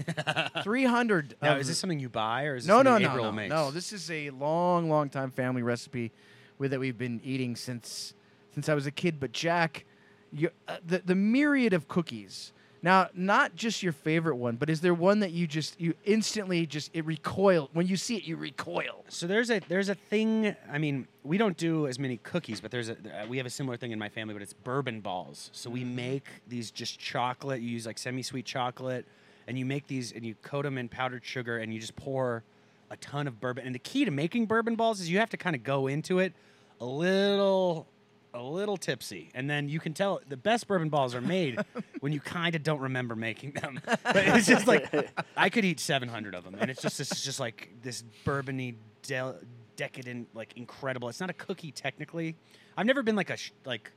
300.
it. now,
of
is this
the-
something you buy or is this
um, no, no,
something
no,
April
no,
makes?
no. This is a long, long time family recipe with, that we've been eating since since I was a kid. But Jack, you, uh, the the myriad of cookies. Now, not just your favorite one, but is there one that you just you instantly just it recoil when you see it, you recoil.
So there's a there's a thing. I mean, we don't do as many cookies, but there's a uh, we have a similar thing in my family, but it's bourbon balls. So we make these just chocolate. You use like semi-sweet chocolate, and you make these and you coat them in powdered sugar, and you just pour a ton of bourbon. And the key to making bourbon balls is you have to kind of go into it a little a little tipsy, and then you can tell the best bourbon balls are made when you kind of don't remember making them. But it's just like I could eat 700 of them, and it's just this is just like this bourbony, del decadent, like incredible. It's not a cookie technically. I've never been like a sh- like,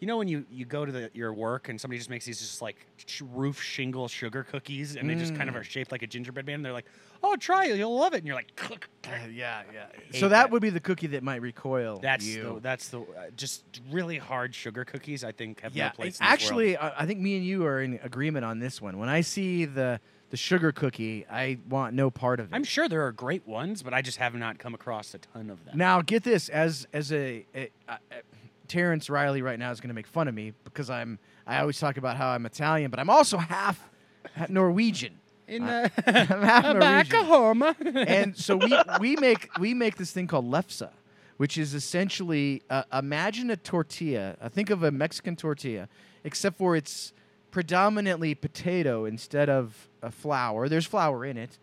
you know, when you you go to the, your work and somebody just makes these just like sh- roof shingle sugar cookies, and they just kind of
Mm.
are shaped like a gingerbread man. And they're like, oh, try it, you'll love it, and you're like,
yeah, yeah.
hate
So that,
that.
would be the cookie that might recoil.
that's
you.
the that's the uh, just really hard sugar cookies. I think have
yeah.
no place. in this world.
actually, I, I think me and you are in agreement on this one. When I see the the sugar cookie, I want no part of it.
I'm sure there are great ones, but I just have not come across a ton of them.
Now, get this as as a, a, a Terrence Riley right now is going to make fun of me because I'm I always talk about how I'm Italian, but I'm also half Norwegian.
in uh,
having a
Oklahoma.
and so we, we make we make this thing called lefse, which is essentially uh, imagine a tortilla. Uh, think of a Mexican tortilla, except for it's predominantly potato instead of a flour. There's flour in it,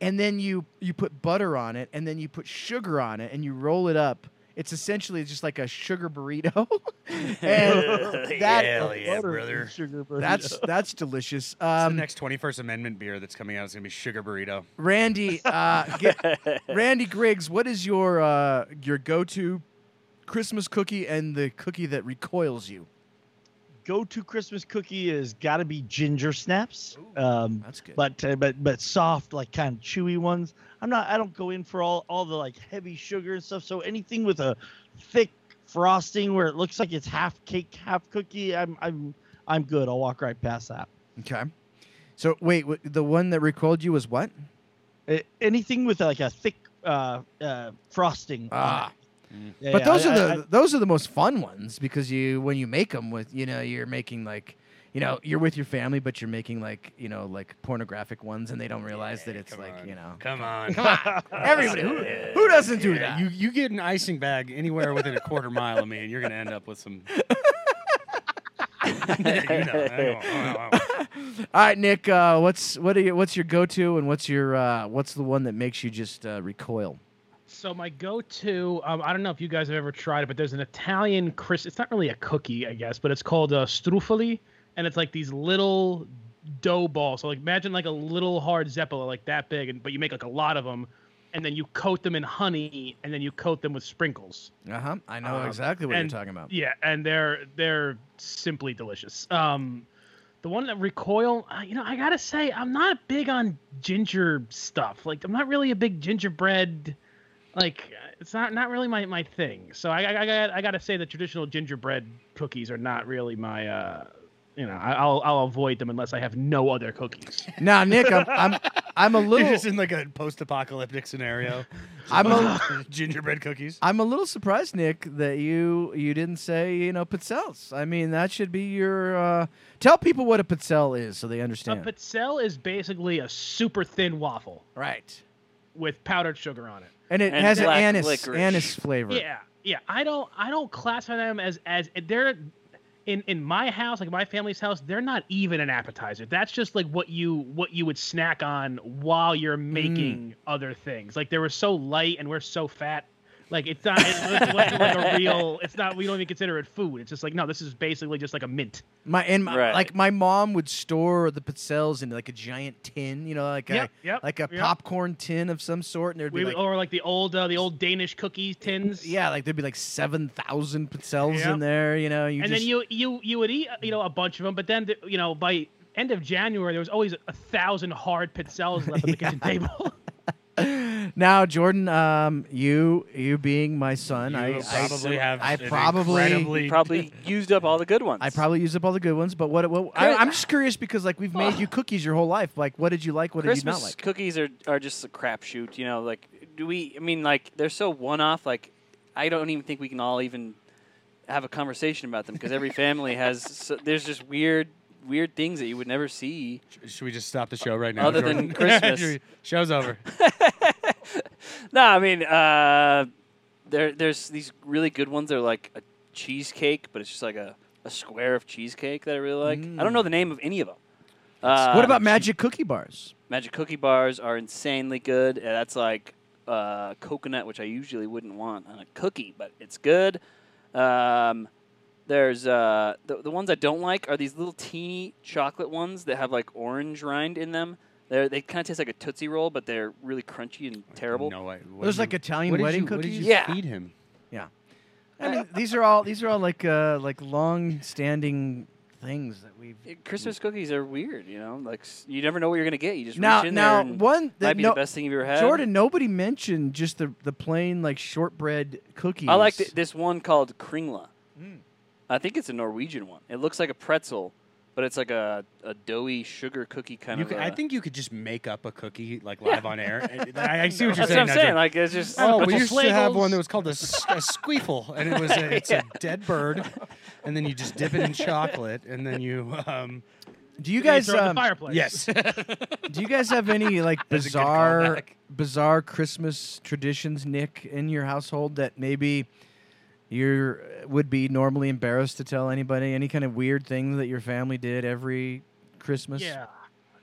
and then you you put butter on it, and then you put sugar on it, and you roll it up. It's essentially just like a sugar burrito, and that
yeah, brother.
Sugar burrito.
that's that's delicious.
It's the
Um,
next 21st Amendment beer that's coming out is going to be Sugar Burrito.
Randy, uh, get, Randy Griggs, what is your uh, your go to Christmas cookie and the cookie that recoils you?
go-to Christmas cookie is got to be ginger snaps, um,
That's good.
but uh, but but soft, like kind of chewy ones. I'm not. I don't go in for all all the like heavy sugar and stuff. So anything with a thick frosting where it looks like it's half cake, half cookie, I'm I'm I'm good. I'll walk right past that.
okay. So wait, wh- the one that recoiled you was what?
Uh, anything with like a thick uh, uh, frosting.
Ah.
on it. Ah. Yeah,
but
yeah,
those
I-
are the
I- I-
those are the most fun ones because you when you make them with you know you're making like you know you're with your family but you're making like you know like pornographic ones and they don't realize that it's like you know
Come on.
everybody who, who doesn't do that
You, you get an icing bag anywhere within a quarter mile of me, and you're going to end up with some. you know, I don't-
All right, Nick. Uh, what's what? Are you, what's your go-to, and what's your uh, what's the one that makes you just uh, recoil?
So my go-to, um, I don't know if you guys have ever tried it, but there's an Italian crisp. It's not really a cookie, I guess, but it's called uh, strufoli, and it's like these little dough balls. So like imagine like a little hard zeppelin, like that big, and but you make like a lot of them, and then you coat them in honey, and then you coat them with sprinkles.
Uh huh. I know
Um,
exactly
and-
about.
Yeah, and they're they're simply delicious. Um, the one that recoil, uh, you know, I gotta say, I'm not big on ginger stuff. Like, I'm not really a big gingerbread. Like, uh, it's not not really my, my thing. So I I, I, got- I gotta say the traditional gingerbread cookies are not really my. uh you know, I, I'll I'll avoid them unless I have no other cookies.
Now, Nick, I'm I'm, I'm a
You're
little
just in like a post apocalyptic scenario. uh,
I'm a,
Gingerbread cookies.
I'm a little surprised, Nick, that you you didn't say you know pizzelles. I mean, that should be your uh, tell people what a pizzelle is so they
A
understand.
pizzelle is basically a super thin waffle
right.
with powdered sugar on it.
And it
And
has an
black
anise
licorice.
anise flavor.
Yeah, yeah. I don't I don't classify them as as they're in in my house, like my family's house. They're not even an appetizer. That's just like what you what you would snack on while you're
Mm.
making other things. Like they were so light and we're so fat. Like it's not it's, it's like, like a real. It's not. We don't even consider it food. It's just like no. This is basically just like a mint.
My and my,
Right.
like my mom would store the pizzelles in like a giant tin, you know, like
Yep,
a
yep,
like a
yep.
popcorn tin of some sort, and there'd be
We,
like
or like the old uh, the old Danish cookie tins.
Yeah, like there'd be like seven thousand pizzelles
Yep.
in there. You know, you
and
just,
then you you you would eat you know a bunch of them, but then you know by end of January there was always a thousand hard pizzelles left on the kitchen table.
now, Jordan, um, you you being my son,
You
I
probably
I,
have.
I
an
probably-
incredibly-
Probably used up all the good ones.
I probably use up all the good ones, but what? what I,
Chris-
I'm just curious because like we've made you cookies your whole life. Like, what did you like? What did you
Christmas
not like?
cookies are, are just a crapshoot. You know, like do we? I mean, like they're so one off. Like I don't even think we can all even have a conversation about them because every family has. So, there's just weird, weird things that you would never see.
Should we just stop the show right now?
Other than
Jordan?
Christmas.
Show's over.
No, I mean, uh, there there's these really good ones. They're like a cheesecake, but it's just like a, a square of cheesecake that I really like. I don't know the name of any of them. Uh,
Mm. what about magic cookie bars?
Magic cookie bars are insanely good. Uh, That's like uh, coconut, which I usually wouldn't want on a cookie, but it's good. Um, there's uh, the, the ones I don't like are these little teeny chocolate ones that have like orange rind in them. They're, they kind of taste like a tootsie roll, but they're really crunchy and terrible.
No way. What
There's
did
like
you-
Italian
what did
wedding
you- What did
cookies.
you
Yeah.
feed him?
I mean, these are all these are all like uh, like long standing things that we've.
Uh, Christmas cookies are weird, you know. Like s- you never know what you're gonna get. You just
Now,
reach in
now
there and
one that
might be
no,
the best thing you've ever had.
Jordan, nobody mentioned just the the plain like shortbread cookies.
I like th- this one called Kringla.
Mm.
I think it's a Norwegian one. It looks like a pretzel, but it's like a, a doughy sugar cookie kind
You
of.
could, I
uh,
think you could just make up a cookie like live on air. I, I see what you're saying.
that's what
now,
I'm
Jordan.
saying. Like it's just
Oh,
a
we
bunch
used
of
to have
flagels.
one that was called a, s- a squeefle, and it was a, it's a dead bird, and then you just dip it in chocolate, and then you um,
Do you
You
guys
throw it in
um,
the fireplace.
Yes.
do you guys have any like
That's a good
bizarre
callback.
bizarre Christmas traditions, Nick, in your household that maybe you would be normally embarrassed to tell anybody? Any kind of weird thing that your family did every Christmas?
Yeah.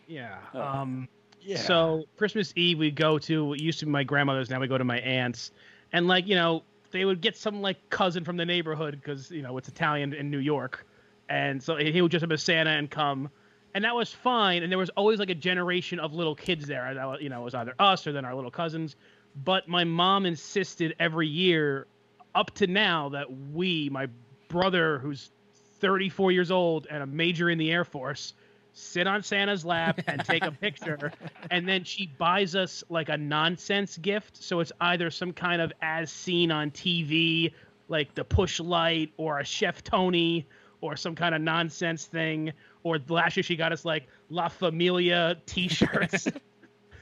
Yeah.
Oh.
Um,
Yeah.
So Christmas Eve, we go to. It used to be my grandmother's. Now we go to my aunt's, and like you know, they would get some like cousin from the neighborhood because you know it's Italian in New York, and so he would just up as Santa and come, and that was fine. And there was always like a generation of little kids there. That was- you know it was either us or then our little cousins, but my mom insisted every year, up to now, that we, my brother who's 34 years old and a major in the Air Force, sit on Santa's lap and take a picture. and then she buys us like a nonsense gift. So it's either some kind of as seen on TV, like the push light or a Chef Tony or some kind of nonsense thing. Or last year she got us like La Familia t shirts.
Do,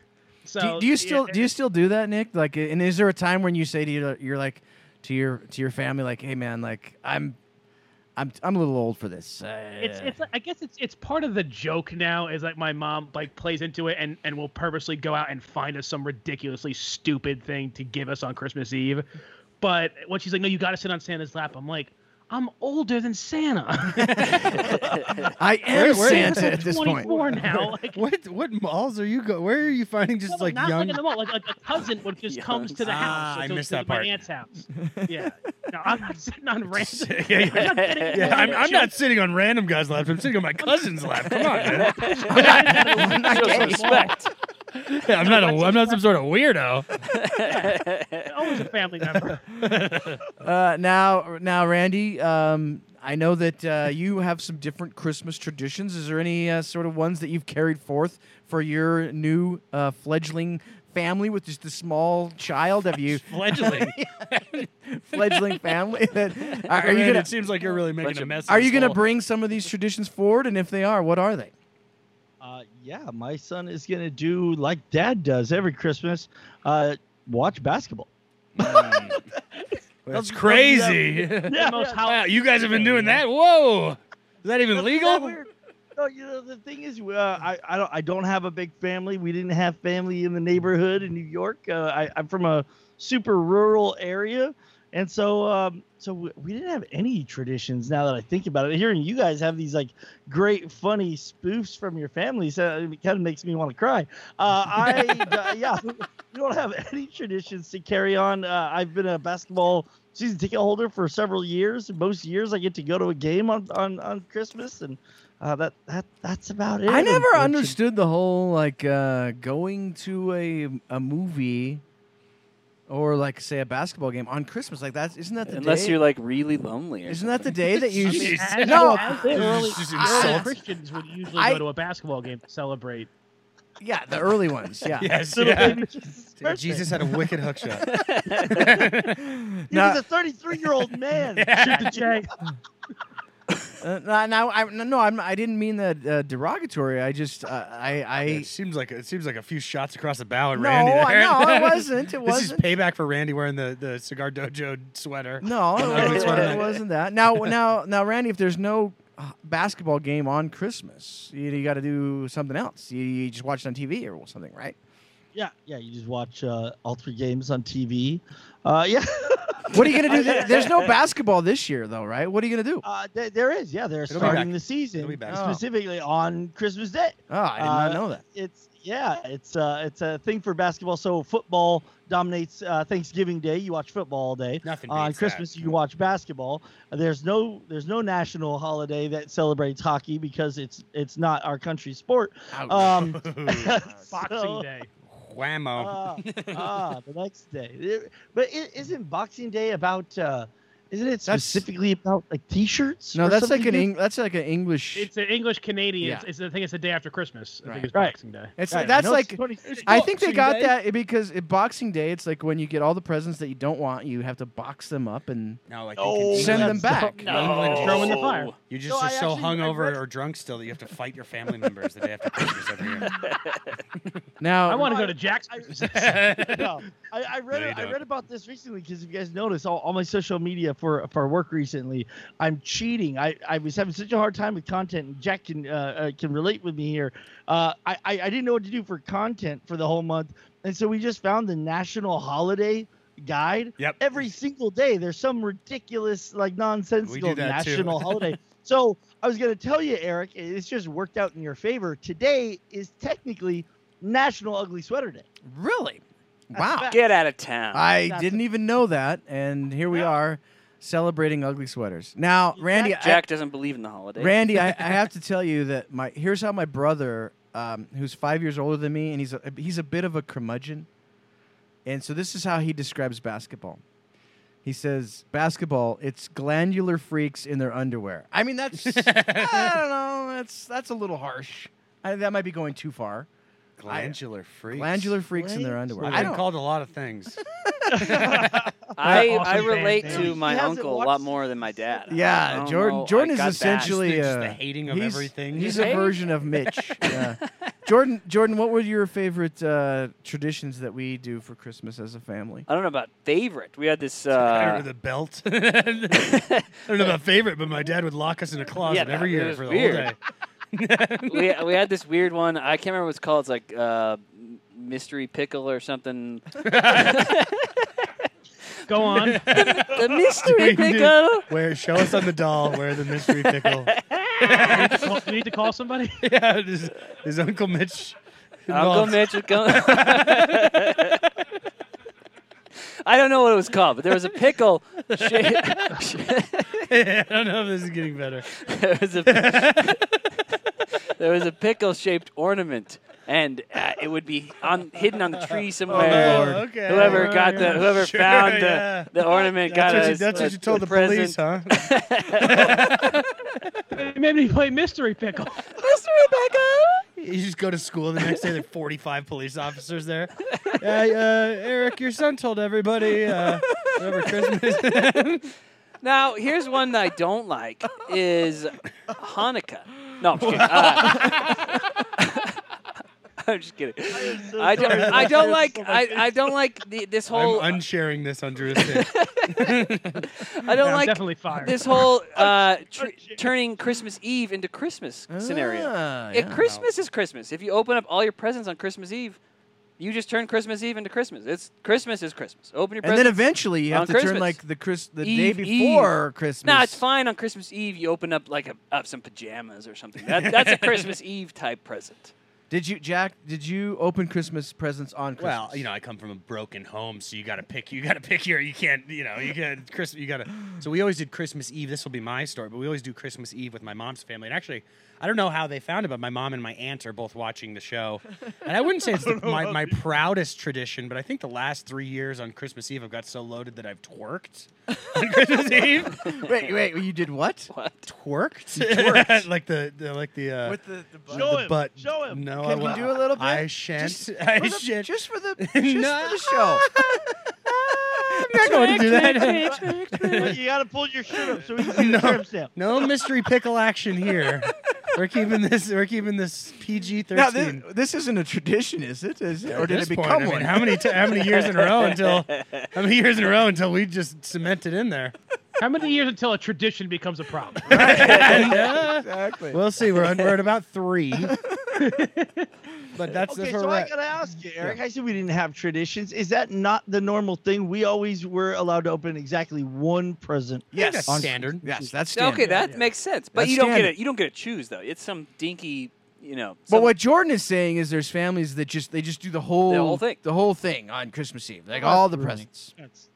so
do you
yeah,
still do you still do that, Nick? Like, and is there a time when you say to your, you're like to your to your family, like, "Hey, man, like, I'm, I'm, I'm a little old for this." Uh,
it's it's like- I guess it's it's part of the joke now is like my mom like plays into it and and will purposely go out and find us some ridiculously stupid thing to give us on Christmas Eve. But when she's like, "No, you got to sit on Santa's lap," I'm like, "I'm older than Santa.
I am
Where- where-
Santa at this point.
24 now. Like,
what what malls are you go? Where are you finding just
no,
like
not
young?
like in the mall. Like, like a cousin would just
Young
comes to the
Santa.
house.
Ah, I
to,
missed
to
that
my
part.
aunt's house. Yeah. No, I'm not sitting on random. I'm not getting
Yeah,
yeah, I'm,
any
I'm
children.
not sitting on random guys' laps. I'm sitting on my cousin's lap. Come on, man.
I'm
not gay.
respect.
I'm not a, I'm not some sort of weirdo.
Always a family member.
Uh, now, now, Randy, um, I know that uh, you have some different Christmas traditions. Is there any uh, sort of ones that you've carried forth for your new uh, fledgling family with just a small child? Have you
Fledgling.
fledgling family? That, are, are
Man,
you gonna
it seems like you're really making
Bunch
a
of-
mess. of
are
this
you gonna
whole-
bring some of these traditions forward? And if they are, what are they?
Uh, yeah, my son is gonna do like Dad does every Christmas. Uh, watch basketball.
That's crazy.
Yeah,
The most
wow, you guys have been doing that. Whoa, is that even legal?
Weird. No, you know the thing is, uh, I I don't I don't have a big family. We didn't have family in the neighborhood in New York. Uh, I, I'm from a super rural area, and so um, so we, we didn't have any traditions. Now that I think about it, hearing you guys have these like great funny spoofs from your families, uh, it kind of makes me want to cry. Uh, I uh, yeah, we don't have any traditions to carry on. Uh, I've been a basketball season ticket holder for several years. Most years, I get to go to a game on on, on Christmas, and uh, that that that's about it.
I never
unfortunately.
understood the whole like uh, going to a a movie or like say a basketball game on Christmas. Like that's isn't that the
Unless
day?
you're like really lonely. Or
Isn't that the day that you?
I mean,
s-
as
no,
as the
This
early,
is just
early
insult.
Christians would usually
I-
go to a basketball game to celebrate.
yeah, the early ones. Yeah.
Yes.
Little
yeah.
baby Jesus. birthday.
had a wicked hook shot. uh,
He was a 33 year old man.
Shoot the J.
Uh, no, no, I, no, I'm, I didn't mean that uh, derogatory. I just, uh, I, I,
It seems like it seems like a few shots across the bow at
no,
Randy. there.
I, no, it wasn't. It
This is
wasn't.
payback for Randy wearing the, the cigar dojo sweater.
No,
No,
it,
it's
it
fine.
wasn't that. Now, now, now, Randy, if there's no uh, basketball game on Christmas, you, you got to do something else. You, you just watch it on TV or something, right?
Yeah, yeah. You just watch uh, all three games on TV. Uh, yeah,
What are you gonna do? th- there's no basketball this year, though, right? What are you gonna do?
uh, there, there is. Yeah, they're
It'll be back.
starting
It'll
the
be
season
back.
specifically on Christmas Day.
Oh, I did not
uh,
know that.
It's yeah, it's uh, it's a thing for basketball. So football dominates uh, Thanksgiving Day. You watch football all day.
Nothing
on
beats
Christmas
that.
you watch basketball. There's no there's no national holiday that celebrates hockey because it's it's not our country sport.
Ouch.
Um,
Boxing
so-
Day.
Whammo.
Ah, ah, the next day. There- But i- isn't Boxing Day about? Uh, isn't it
That's-
specifically about like T-shirts?
no,
or
that's like
something?
an Eng- that's like an English.
It's an English Canadian.
Yeah.
It's, it's the thing. It's the day after Christmas. I
Right.
think it's
Right.
Boxing Day.
it's
Right, I
that's
know it's
like
26.
I think they
Boxing
got
Day?
that because at Boxing Day, it's like when you get all the presents that you don't want, you have to box them up and
No, like
No.
you, can,
send them
that's
back.
no.
Throw in the fire.
you just
No,
are
I
so
actually- I
hungover
read-
or drunk still that you have to fight your family members the day after Christmas every year.
Now,
I want to
no,
go to
I-
Jackson's.
no, I, I read
No, you
I
don't.
read about this recently because if you guys notice, all, all my social media for for work recently. I'm cheating. I, I was having such a hard time with content. And Jack can uh, uh, can relate with me here. Uh, I, I I didn't know what to do for content for the whole month, and so we just found the national holiday guide.
Yep.
Every single day, there's some ridiculous like
that
nonsensical
too.
national holiday. So I was gonna tell you, Eric, it's just worked out in your favor. Today is technically National Ugly Sweater Day.
Really? Wow.
Get out of town.
I
That's
didn't even know that, and here we
Yeah.
are celebrating ugly sweaters. Now, Randy, I-
Jack doesn't believe in the holidays.
Randy, I, I have to tell you that my here's how my brother, um, who's five years older than me, and he's a, he's a bit of a curmudgeon, and so this is how he describes basketball. He says basketball, it's glandular freaks in their underwear. I mean, that's I don't know, that's that's a little harsh. I, that might be going too far.
Glandular freaks.
Glandular freaks in their
Well,
underwear.
I've
I
been
don't.
called a lot of things.
I,
Awesome
I
fan,
relate
man.
to my
He hasn't
uncle a lot
watched-
more than my dad. I
Yeah,
don't
Jordan.
know,
Jordan
I
is
got that.
essentially
Just the- just
uh,
the hating of
he's-
everything.
He's
Just
a
hate.
version of Mitch. Yeah. Jordan, Jordan, what were your favorite uh, traditions that we do for Christmas as a family?
I don't know about favorite. We had this.
I remember
Uh,
the belt. I don't know about favorite, but my dad would lock us in a closet
Yeah,
every
it
year
was
for the
weird.
whole day.
we, we had this weird one. I can't remember what it's called. It's like uh, mystery pickle or something.
Go on.
the mystery pickle.
Where show us on the doll where the mystery pickle.
You need to call- you need to call somebody.
yeah, his, his uncle Mitch.
Uncle
involved.
Mitch would come. I don't know what it was called, but there was a pickle. shape-
I don't know if this is getting better.
there was a there was a pickle shaped ornament, and uh, it would be on hidden on the tree somewhere.
Oh, Lord. okay.
Whoever got the whoever
Sure,
found the,
yeah.
the ornament
That's
got
what,
a,
you, that's
a,
what you told
a
the police,
present.
huh?
They made me play mystery pickle.
You just go to school the next day. There are 45 police officers there. Uh, uh, Eric, your son told everybody uh, over Christmas.
Now here's one that I don't like is Hanukkah. No, I'm just kidding. Uh, I'm just kidding. I don't. I don't like. I, I don't like the, this whole.
I'm unsharing this on Jurisdiction.
I don't
Yeah, I'm
like
definitely fired.
this whole uh, tr- turning Christmas Eve into Christmas scenario.
Ah,
If
yeah.
Christmas is Christmas, if you open up all your presents on Christmas Eve, you just turn Christmas Eve into Christmas. It's Christmas is Christmas. Open your
and then
presents.
eventually you
on
have to turn
Christmas.
like the Chris the
Eve,
day
Eve.
before Christmas.
No, it's fine on Christmas Eve. You open up like a, up some pajamas or something. That, that's a Christmas Eve type present.
Did you, Jack? Did you open Christmas presents on Christmas?
Well, you know, I come from a broken home, so you gotta pick. You gotta pick your. You can't. You know, you got Christmas. You gotta. So we always did Christmas Eve. This will be my story, but we always do Christmas Eve with my mom's family. And actually, I don't know how they found it, but my mom and my aunt are both watching the show. And I wouldn't say it's the, my, my proudest tradition, but I think the last three years on Christmas Eve, I've got so loaded that I've twerked on Christmas Eve.
wait, wait, you did what?
What?
Twerked, twerked. like the, the like the. Uh,
With the, the
Show him.
But
Show him.
No, I
Can you
won't.
do a little bit?
I shan't.
Just
I
for the,
shan't.
just for the just
No.
for the show.
I'm not going to do that.
Wait, you gotta pull your shirt up so we can see the
No.
tramp stamp.
No mystery pickle action here. We're keeping this. We're keeping this PG
Now
thirteen.
this, this isn't a tradition, is it? Is it
At
or did
this
it
point,
become
I mean,
one?
How many? T- how many years in a row until? How many years in a row until we just cement it in there?
How many years until a tradition becomes a problem?
exactly.
We'll see. We're, on, we're at about three. But that's
Okay,
that's where
so
we're
I
at.
gotta ask you, Eric. I said we didn't have traditions. Is that not the normal thing? We always were allowed to open exactly one present.
yes,
On standard.
Yes, that's standard.
Okay, that makes sense. But
That's
you don't get
standard.
it. You don't get to choose though. It's some dinky, you know.
But
some-
what Jordan is saying is there's families that just they just do the whole
whole thing.
the whole thing on Christmas Eve, like all the presents.
That's-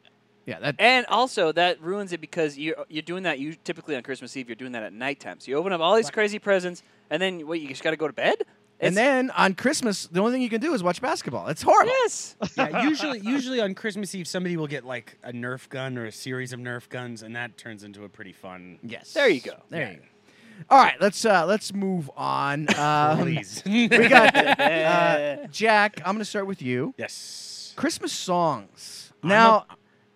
Yeah, that
And also that ruins it because you're you're doing that. You typically on Christmas Eve you're doing that at nighttime. So you open up all these crazy presents, and then what? You just got to go to bed.
and
It's-
then on Christmas, the only thing you can do is watch basketball. It's horrible.
yes,
Yeah, usually, usually on Christmas Eve, somebody will get like a Nerf gun or a series of Nerf guns, and that turns into a pretty fun.
Yes.
There you go.
There you go. All right, let's uh let's move on. Um,
Please.
we got uh, Jack. I'm gonna start with you.
yes.
Christmas songs. Now,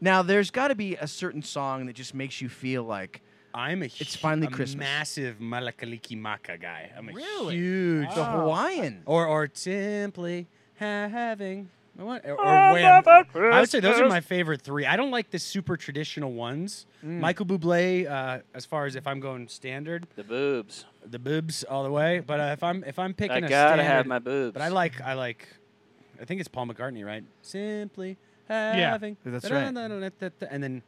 now there's got to be a certain song that just makes you feel like
I'm a
It's
hu-
finally
a
Christmas.
Massive Malakaliki Maka guy. I'm a
Really?
huge
the Hawaiian.
or or simply having I want- Or, or Wham. I would say those are my favorite three. I don't like the super traditional ones. Michael Bublé, uh, as far as if I'm going standard,
The boobs.
the boobs all the way. But uh, if I'm if I'm picking
I
a
gotta
standard,
have my boobs.
but I like I like, I think it's Paul McCartney, right? Simply having.
That's right.
And then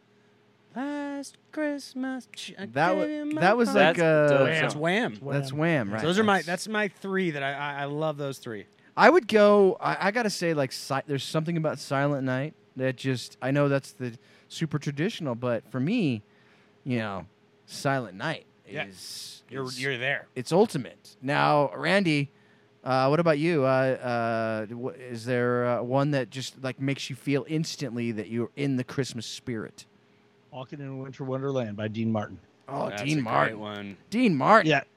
last Christmas. I
That wa-
gave you my
that was
heart.
like
That's dope.
uh,
Wham.
that's Wham.
that's Wham, right?
So those are my
That's-
that's my three that I I, I love those three.
I would go. I, I gotta say, like, si- there's something about Silent Night that just. I know that's the super traditional, but for me, you know, Silent Night
Yeah.
is
You're
is-
you're there.
it's ultimate. Now, Randy, uh, what about you? Uh, uh, wh- is there uh, one that just like makes you feel instantly that you're in the Christmas spirit?
Walking in Winter Wonderland by Dean Martin.
Oh,
That's a
Dean
great
Martin.
one.
Dean Martin.
Yeah. I-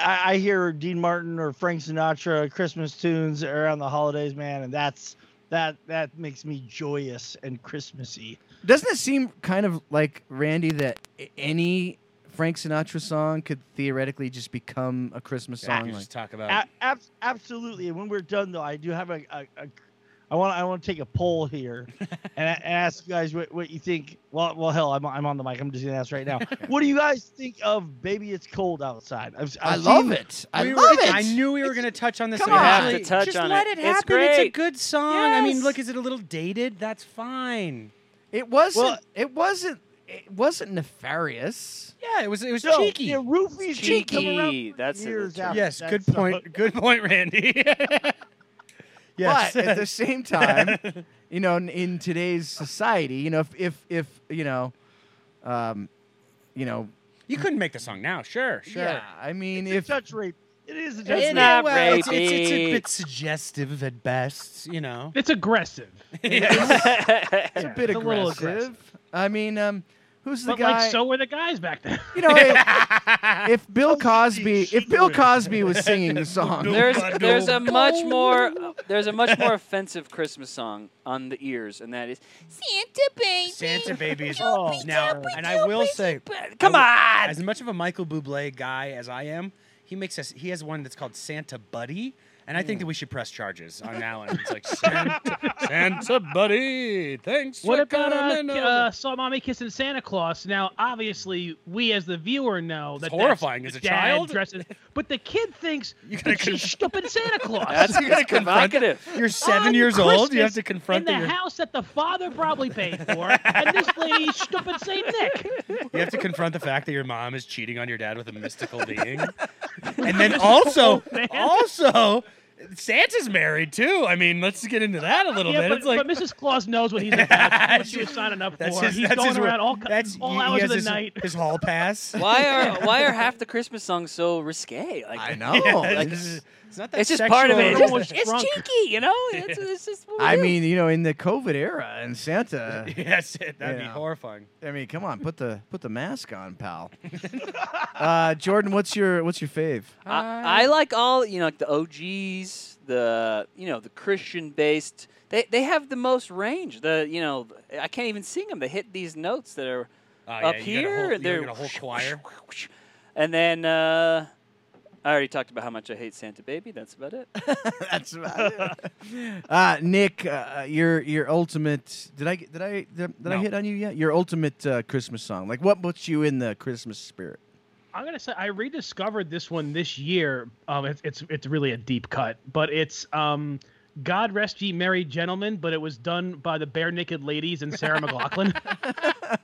I, I hear Dean Martin or Frank Sinatra Christmas tunes around the holidays, man, and that's that that makes me joyous and Christmassy.
Doesn't it seem kind of like Randy that a- any Frank Sinatra song could theoretically just become a Christmas
Yeah,
song?
you
like,
just talk
A-
about
ab- absolutely. And when we're done, though, I do have a, a, a I want I want to take a poll here and, a- and ask you guys what, what you think. Well, well, hell, I'm, I'm on the mic. I'm just gonna ask right now. what do you guys think of "Baby It's Cold Outside"? I've,
I
I've
love
seen-
it. I
We were-
love it.
I knew we were going to touch on this.
Come
You have
eventually.
to touch
Just
on
let
it.
it
It's
happen. a
great.
good song. I mean,
Yes.
look, is it a little dated? That's fine.
It wasn't.
Well-
it wasn't. It wasn't nefarious.
Yeah, it was. It was
No,
cheeky.
Yeah, roofies didn't come around
Cheeky.
for
That's a-
years after
yes,
that
good
song.
point. Good point, Randy. yes.
But at the same time, you know, in, in today's society, you know, if if, if you know, um, you know,
you couldn't make the song now. Sure, sure.
yeah. I mean,
It's
if
a touch rape. It is a touch
It's
Yeah,
rape.
not
well, it's, it's, it's
rapey.
a bit suggestive at best, you know.
It's aggressive.
it's
Yeah,
a bit
it's a little
aggressive. I mean, um, who's the
But
guy?
like, so were the guys back then.
you know, if, if
Oh,
Bill
Cosby
Cosby, if Bill
shouldn't.
Cosby was singing the song,
there's there's a much more there's a much more offensive Christmas song on the ears, and that is
Santa baby.
Santa babies.
Oh,
now,
Jumpy,
and I will
jumpy,
say,
come on.
as much of a Michael Bublé guy as I am, he makes us. He has one that's called Santa Buddy, and I
Hmm.
think that we should press charges on that one. It's like Santa, Santa Buddy, thanks
What
for
about
coming
uh,
over."
uh, saw mommy kissing Santa Claus? Now, obviously, we as the viewer know that that's
horrifying as a
dad
child.
dresses- but the kid thinks
You gotta
that she's stupid Santa Claus.
That's
You gotta
it's
confront-
provocative.
You're seven
on
years old. You
Christmas
have to confront
in
that
the
you're-
house that the father probably paid for, and this lady's stupid Saint Nick.
You have to confront the fact that your mom is cheating on your dad with a mystical being, and then
Oh,
also, also, Santa's married too. I mean, let's get into that a little
Yeah,
bit.
but,
it's like
but Mrs. Claus knows what he's about, what she was signing up for.
that's his.
he's
that's
going
his,
around all,
that's,
all
he- he
hours
has
of the
his,
night.
His hall pass.
Why are why are half the Christmas songs so risque? Like
I know.
like,
This is-
It's not that
it's just part of it. It's,
sexual.
Everyone's
just- it's
drunk.
cheeky, you know. It's, it's just what we
I
do.
mean, you know, in the COVID era, and Santa,
yes, it- that'd
Yeah.
be horrifying.
I mean, come on, put the put the mask on, pal. uh, Jordan, what's your what's your fave?
I, I like all you know, like the OGs, the you know, the Christian based. They they have the most range. The you know, I can't even sing them. They hit these notes that are
Oh,
up
yeah, you got a
here.
whole-
and they're
you got a whole choir.
And then uh, I already talked about how much I hate Santa Baby. That's about it.
That's about it. uh, Nick, uh, your your ultimate. Did I get- did I did, did I
No.
hit on you yet? Your ultimate uh, Christmas song. Like what puts you in the Christmas spirit?
I'm gonna say I rediscovered this one this year. Um, it's it's it's really a deep cut, but it's um, God rest ye merry gentlemen, but it was done by the bare naked ladies and Sarah McLaughlin.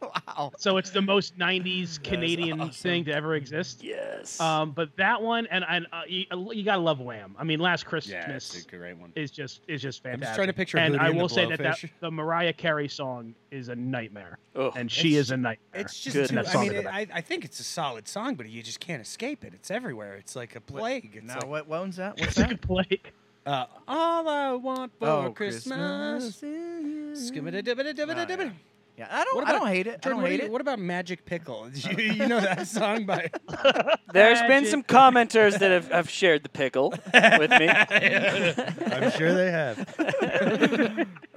Wow.
So it's the most '90s Canadian thing to ever exist.
yes.
Um, but that one and and uh, you, you gotta love Wham. I mean, Last
Yeah,
Christmas
it's a great one.
is just is just
I'm
fantastic.
just trying to picture
and
Hootie
I
and the
will say that, that
Blowfish.
the Mariah Carey song is a nightmare,
Ugh.
and she
It's-
is a nightmare.
It's just
Good.
too,
That
I
song
mean,
is
it,
about-
I, I think it's a solid song, but you just can't escape it. It's everywhere. It's like a plague. It's
Now
like,
what, what one's that? What's
It's a
that?
good play.
uh, all I want for
oh,
Christmas.
Christmas.
Skibbida dibbida dibbida
Oh, yeah.
dibbida.
Yeah, I don't.
What
I
about-
don't hate it. I
Jordan,
don't
what, do
hate
you-
it.
what about Magic Pickle? You, you know that song by
There's been some commenters that have, have shared the pickle with me.
I'm sure they have.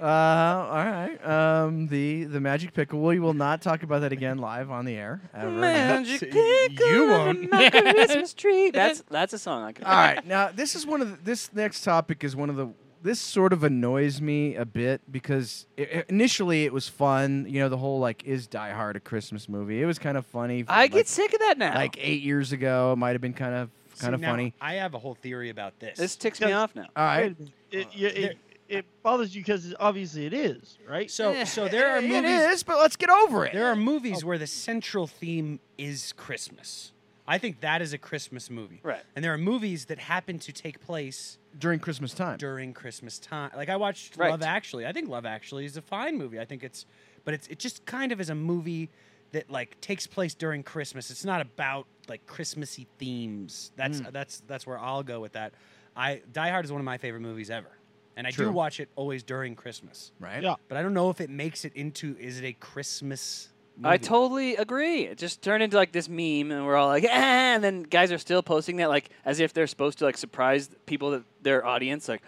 Uh, all right. Um, the the magic pickle. We will not talk about that again live on the air ever.
Magic
You- you
pickle on
won't.
my Christmas tree. That's that's a song I can.
Ah, All right. Now this is one of the, this next topic is one of the this sort of annoys me a bit because i i- initially it was fun. You know, the whole like is Die Hard a Christmas movie? It was kind of funny.
I
like,
get sick of that now.
like eight years ago. It might have been kind of kind of
See, now,
funny.
I have a whole theory about this.
this ticks me
Yeah.
off now.
All right,
It, it, it, it bothers you because obviously it is, right?
so, so there are
Eh, it
movies.
is, but let's get over it.
There are movies where the central theme is Christmas. I think that is a Christmas movie.
Right.
And there are movies that happen to take place
during Christmas time.
during Christmas time. Like I watched
Right.
Love Actually. I think Love Actually is a fine movie. I think it's but it's it just kind of is a movie that like takes place during Christmas. It's not about like Christmassy themes. That's that's that's where I'll go with that. I Die Hard is one of my favorite movies ever. And I
True.
do watch it always during Christmas.
right?
Yeah.
But I don't know if it makes it into is it a Christmas movie?
I totally agree. It just turned into like this meme, and we're all like, ah, and then guys are still posting that like as if they're supposed to like surprise people that their audience like,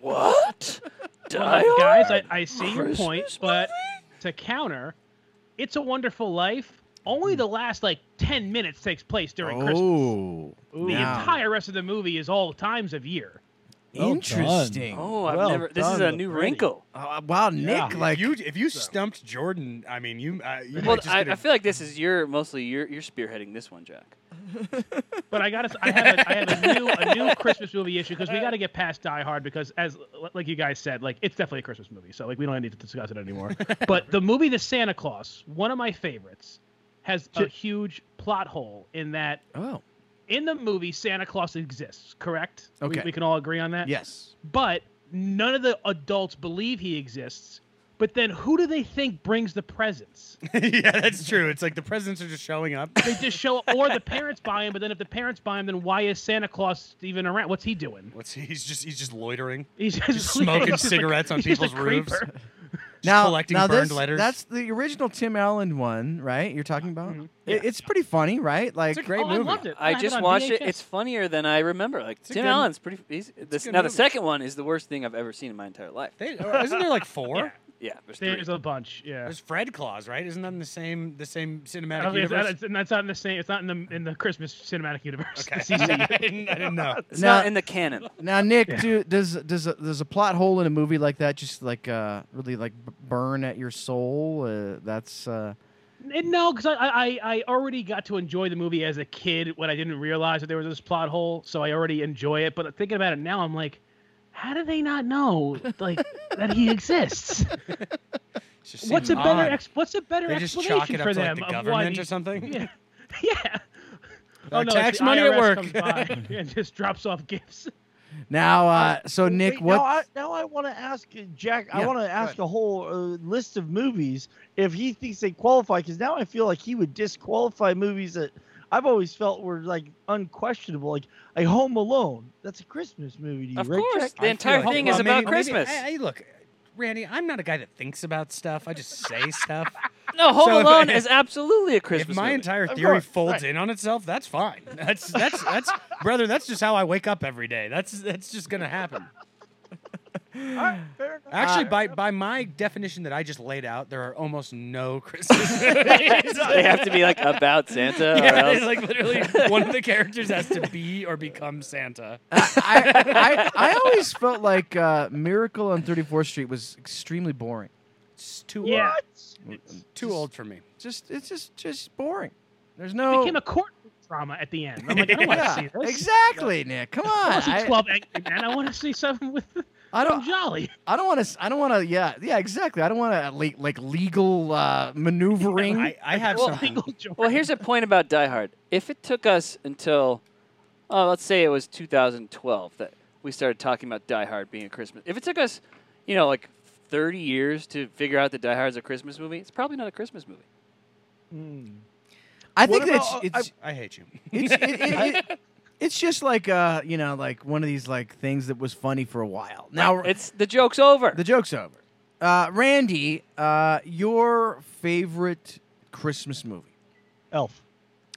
what? Die
Well, guys, I,
Hard?
I see your point,
Christmas
but to counter, It's a Wonderful Life. Only the last like ten minutes takes place during Christmas.
Oh,
The
now.
entire rest of the movie is all times of year.
Well done.
interesting.
oh, I've
Well
never. This is
done,
a
the
new
pretty.
wrinkle.
Uh, wow, Nick,
Yeah.
like
you if you stumped Jordan, I mean you uh, you
Well,
might just
I,
get a-
I feel like this is your mostly your you're spearheading this one, Jack.
But I got I have a, I have a new a new Christmas movie issue because we got to get past Die Hard because as like you guys said, like it's definitely a Christmas movie, so like we don't need to discuss it anymore. but the movie The Santa Claus, one of my favorites, has
Uh.
a huge plot hole in that
oh
in the movie Santa Claus exists, correct? We-
Okay.
we can all agree on that.
yes,
but none of the adults believe he exists. But then who do they think brings the presents?
yeah, that's true. It's like the presidents are just showing up.
They just show up, or the parents buy him. But then if the parents buy him, then why is Santa Claus even around? What's he doing?
What's he, he's just he's just loitering,
He's just,
just smoking
he's just a-
cigarettes on
he's just a
people's roofs.
creeper.
Just collecting
now
burned
this,
letters.
That's the original Tim Allen one, right? You're talking about. It- it's pretty funny, right? Like
it's a great
oh, I
movie.
loved it.
I
had
just
on
watched it.
VHS.
It's funnier than I remember. Like
a
Tim
good-
Allen's pretty. He's, this,
good
now
movie.
the second one is the worst thing I've ever seen in my entire life.
They, or isn't there like four?
Yeah.
Yeah, there's three.
There's a bunch. Yeah.
There's Fred Claus, right? Isn't that in the same the same
I
cinematic
don't think it's-
universe?
it's- and that's not in the same. It's not in the in the Christmas cinematic universe.
Okay.
the CCU.
I, didn't, I didn't know.
it's
Now-
not in the canon.
now, Nick, do, does does a, does a plot hole in a movie like that just like uh, really like b- burn at your soul? Uh, that's uh,
And no, because I, I I already got to enjoy the movie as a kid when I didn't realize that there was this plot hole, so I already enjoy it. But thinking about it now, I'm like, how do they not know like that he exists?
It just
what's a
seems
better
odd.
ex- what's a better
They just
explanation
chalk it up
for
to like
them
the
of why
government
he-
or something.
Yeah, yeah. Oh,
Our
it's
tax
the
money at
IRS
work.
comes by and just drops off gifts.
now. Uh, so, Nick,
Wait,
what?
Now I, now I want to ask uh, Jack. I
Yeah,
want to ask a whole uh, list of movies if he thinks they qualify. Because now I feel like he would disqualify movies that I've always felt were like unquestionable, like like Home Alone. That's a Christmas movie to you,
Of
right,
course,
Jack?
the entire
Well,
thing
well,
is
maybe-
about
maybe-
Christmas.
I- I- look, Randy, I'm not a guy that thinks about stuff. I just say stuff.
No, Home
So if-
Alone is absolutely a Christmas
if my
movie.
entire
Of
theory
course,
folds
right.
in on itself, that's fine. That's that's that's brother. That's just how I wake up every day. That's that's just gonna happen.
All right, fair enough.
Actually, by by my definition that I just laid out, there are almost no Christmas movies.
they have to be like about Santa, or
Yeah,
else
it's like literally one of the characters has to be or become Santa.
I, I, I always felt like uh, Miracle on 34th Street was extremely boring.
It's too
Yeah.
old.
It's-
Too old for me.
Just it's just just boring. There's
It
no
became a court drama at the end. I'm like, I don't want to
Yeah,
see this.
exactly, Nick. Come on,
I don't see
I,
Twelve Angry Men. I want to see something with
I
some
don't
Jolly.
I don't want to I don't want to yeah yeah exactly. I don't want to like like legal uh, maneuvering.
I, I have
Well,
something.
Single Jordan.
Well, here's a point about Die Hard. If it took us until, oh, let's say it was 2012 that we started talking about Die Hard being a Christmas. If it took us, you know, like 30 years to figure out that Die Hard's a Christmas movie, it's probably not a Christmas movie.
Mm. I
What
think
about-
it's it's
I hate you.
it's it, it, it, it's just like uh you know like one of these like things that was funny for a while. Now
It's the joke's over.
the joke's over. Uh, Randy, uh, your favorite Christmas movie?
Elf.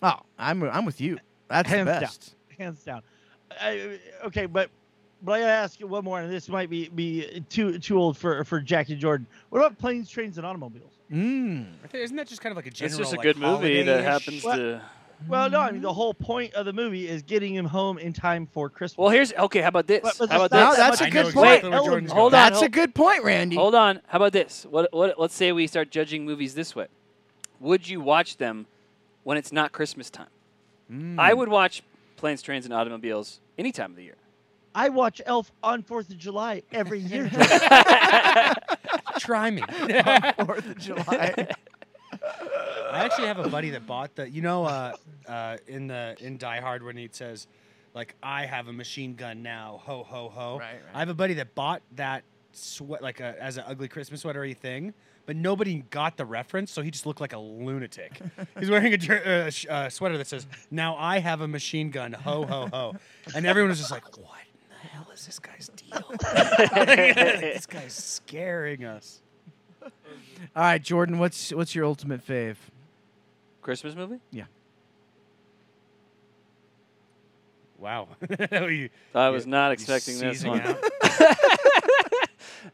Oh, I'm I'm with you. That's the
Hands down.
best.
hands down. I, okay, but but I gotta ask you one more, and this might be be too too old for for Jack and Jordan. What about planes, trains, and automobiles?
Mm.
Isn't that just kind of like a general?
it's just a
like,
good movie that
holiday-ish?
happens to
Well, no, I
Mm-hmm.
mean the whole point of the movie is getting him home in time for Christmas.
Well, here's okay. How about this?
But- but
how about this?
that's not
No, that's a
that much
good
of an
point.
element.
Jordan's
Hold on.
That's
hold-
a good point, Randy.
Hold on. How about this? What, what, let's say we start judging movies this way. Would you watch them when it's not Christmas time? I would watch Planes, Trains, and Automobiles any time of the year.
I watch Elf on Fourth of July every year.
Try me.
Fourth of July.
I actually have a buddy that bought the. You know, uh, uh, in the in Die Hard when he says, "Like I have a machine gun now, ho ho ho."
Right, right.
I have a buddy that bought that sweat like a, as an ugly Christmas sweatery thing, but nobody got the reference, so he just looked like a lunatic. He's wearing a, jer- uh, sh- uh, sweater that says, "Now I have a machine gun, ho ho ho," and everyone was just like, "What?" in the hell is This guy's deal. this guy's scaring us.
All right, Jordan. What's what's your ultimate fave?
Christmas movie?
Wow. You-
I was
you-
not
you
expecting this
seizing
one.
out.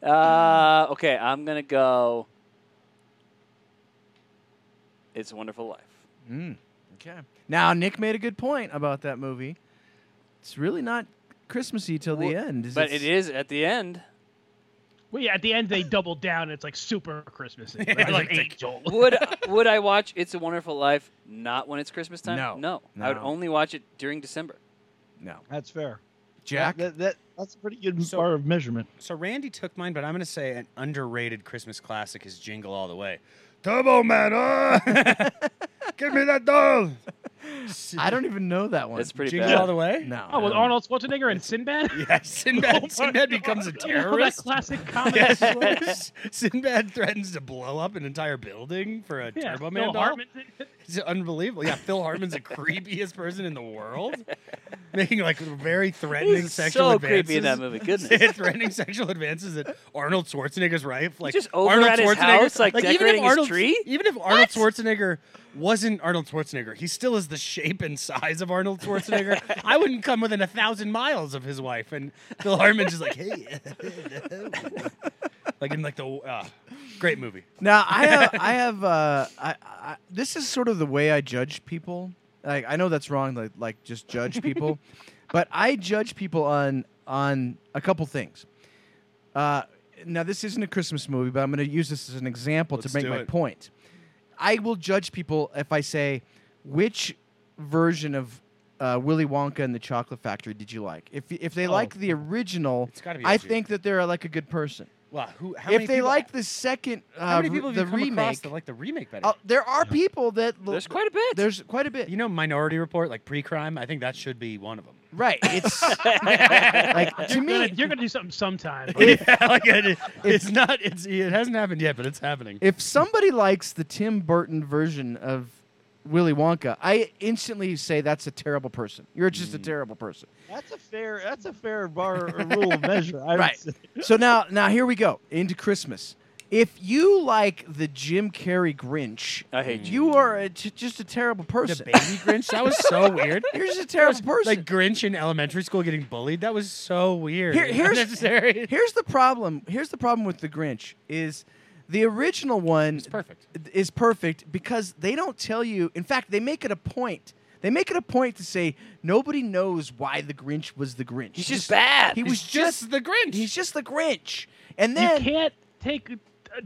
Uh, okay, I'm gonna go. It's a Wonderful Life.
Mm. Okay. Now Nick made a good point about that movie. It's really not Christmassy till the
Well,
end. Is
But
it's-
it is at the end.
Well, yeah, at the end they double down. And it's like super Christmassy. Right?
Yeah,
It's
like
like
the-
angel.
Would would I watch It's a Wonderful Life not when it's Christmas time?
No.
no. I would
No.
only watch it during December.
No.
That's fair.
Jack.
That, that- that's a pretty good
So-
bar of measurement.
So Randy took mine, but I'm going to say an underrated Christmas classic is Jingle All the Way. Turbo Man, uh, give me that doll.
I don't even know that one.
It's pretty
Jingle
bad.
All the Way.
no.
Oh, with
no.
Arnold Schwarzenegger and Sinbad.
Yeah, Sinbad.
my
Sinbad
God.
becomes a
that
terrorist.
classic comedy.
Yes. Sinbad threatens to blow up an entire building for a
Yeah,
Turbo
Phil
Man doll.
Hartman's in it.
It's unbelievable. Yeah, Phil Hartman's the creepiest person in the world, making like very threatening
He's
sexual
so
advances.
creepy in that movie. Goodness.
threatening sexual advances at Arnold Schwarzenegger's wife. Like
just over
Arnold
at his
Schwarzenegger,
house, like,
even
decorating
if
his
Arnold,
tree?
Even if Arnold Schwarzenegger wasn't Arnold Schwarzenegger, he still is the shape and size of Arnold Schwarzenegger. I wouldn't come within a thousand miles of his wife. And Phil Hartman's just like, hey, like in like the uh, great movie.
Now I have, I have, uh, I, I, this is sort of the way I judge people. Like I know that's wrong, like, like just judge people, but I judge people on on a couple things. Uh, now this isn't a Christmas movie, but I'm going to use this as an example
Let's
to make
do
my
it.
point. I will judge people if I say which version of uh, Willy Wonka and the Chocolate Factory did you like? If if they like the original,
Oh. It's gotta be
I
OG.
think that they're like a good person.
Wow, who? How many
If they
people,
like the second, uh,
how many people have
the
you come across
remake,
that like the remake better?
uh, there are people that
There's quite a bit.
There's quite a bit.
you know, Minority Report, like pre-crime. I think that should be one of them.
right. It's like to
You're gonna,
me,
you're gonna do something sometime.
yeah, like it, it's not. It's it hasn't happened yet, but it's happening.
if somebody likes the Tim Burton version of Willy Wonka, I instantly say that's a terrible person. You're just
Mm.
a terrible person.
That's a fair. That's a fair bar or rule of measure. I would
Right.
say.
So now, now here we go into Christmas. If you like the Jim Carrey Grinch,
I hate you.
you are a t- just a terrible
the
person.
baby Grinch, that was so weird.
You're just a terrible person.
Like Grinch in elementary school getting bullied, that was so weird.
Here-
and
here's-
unnecessary.
Here's the problem. Here's the problem with the Grinch is the original one
It's perfect.
is perfect because they don't tell you. In fact, they make it a point. They make it a point to say nobody knows why the Grinch was the Grinch.
He's just bad.
He
He's
was just,
just, the Grinch.
he's just the Grinch. And
you
then
can't take uh,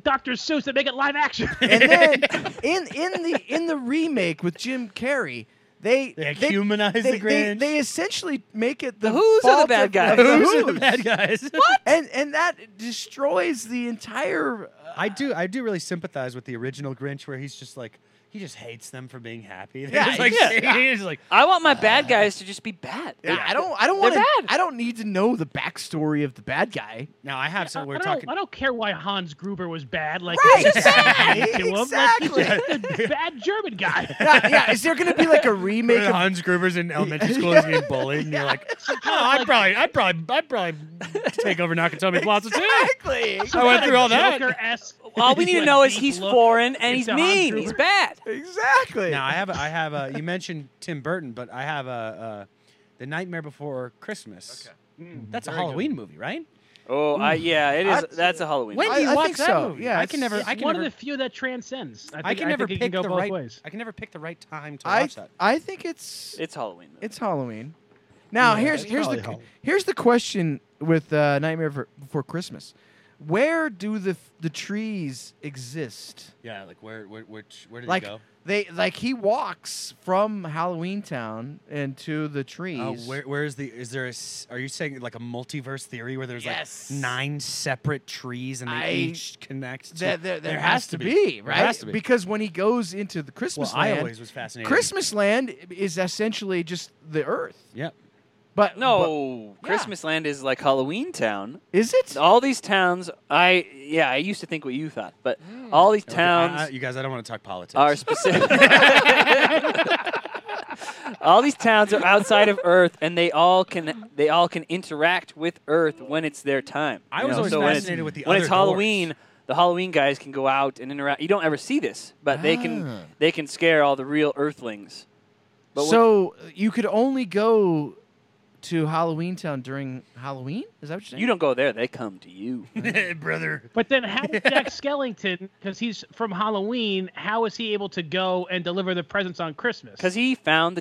Dr. Seuss and make it live action.
and then in in the in the remake with Jim Carrey, they
They humanize the
they- They,
Grinch.
they essentially make it the,
The Who's are the
fault
bad
of-
guys.
of the
Who's the
Who's.
bad guys? What?
and and that destroys the entire. uh,
I do. I do really sympathize with the original Grinch, where he's just like he just hates them for being happy. They're
Yeah,
just like,
yeah.
he's like
I want my bad guys to just be bad.
I don't. I don't
They're
want to.
bad.
I don't need to know the backstory of the bad guy.
now I have. So
I
we're
don't,
talking.
I don't care why Hans Gruber was bad. Like
Right,
it's just happening
exactly,
to him. Like, he's just a bad German guy.
yeah, yeah. Is there going to be like a remake of?
Hans Gruber's in elementary school is getting bullied, and you're like, oh, I'd probably, I'd probably, I'd probably take over Nakatomi Plaza too.
Exactly.
I went through all that.
Joker-esque.
All we need to
like,
know is
deep
he's
look
foreign and he's
into Hans
mean.
Gruber.
He's bad.
Exactly.
Now I have, a, I have a. You mentioned Tim Burton, but I Mm, have a, uh, the Nightmare Before Christmas. Okay, that's a Halloween movie, right?
Oh, I, yeah, it
I-
is. that's a Halloween.
When-
movie.
Wendy,
I
what's
think
that
so,
movie?
yeah,
I can
it's-
never.
It's
I can
one
never.
of the few that transcends. I, think,
I can never
think it
pick
can go
the
both
right.
ways.
I can never pick the right time to
I
watch that.
I think it's
It's Halloween. Though.
it's Halloween. Now
Yeah,
here's
it's
here's the
probably Halloween.
here's the question with uh, Nightmare Before- Before Christmas. Where do the f- the trees exist?
Yeah, like where, where, which, where did
Like-
it go?
They like he walks from Halloween Town into the trees.
Oh, where, where is the? Is there a? s- Are you saying like a multiverse theory where there's
Yes.
like nine separate trees and they
I-
each connect? To,
there, there, there
has
has
to be.
to be,
There
right?
has to be.
Because when he goes into the
well,
Christmas
I
land,
always was fascinated.
Christmas land is essentially just the Earth.
Yep.
But but-
No,
Yeah.
Christmas Land is like Halloween Town.
is it?
All these towns, I yeah, I used to think what you thought, but all these
Okay,
towns
I- I- you guys, I don't want to talk politics.
are specific. all these towns are outside of Earth, and they all can they all can interact with Earth when it's their time.
I
you
was
know?
always
So when it's-
fascinated with the
when
other
it's
doors.
Halloween, the Halloween guys can go out and interact. You don't ever see this, but they
Ah.
can they can scare all the real Earthlings. But when-
so you could only go to Halloween Town during Halloween? Is that what you're saying?
you don't go there; they come to you.
brother.
But then how is Jack Skellington, because he's from Halloween, how is he able to go and deliver the presents on Christmas?
Because he found the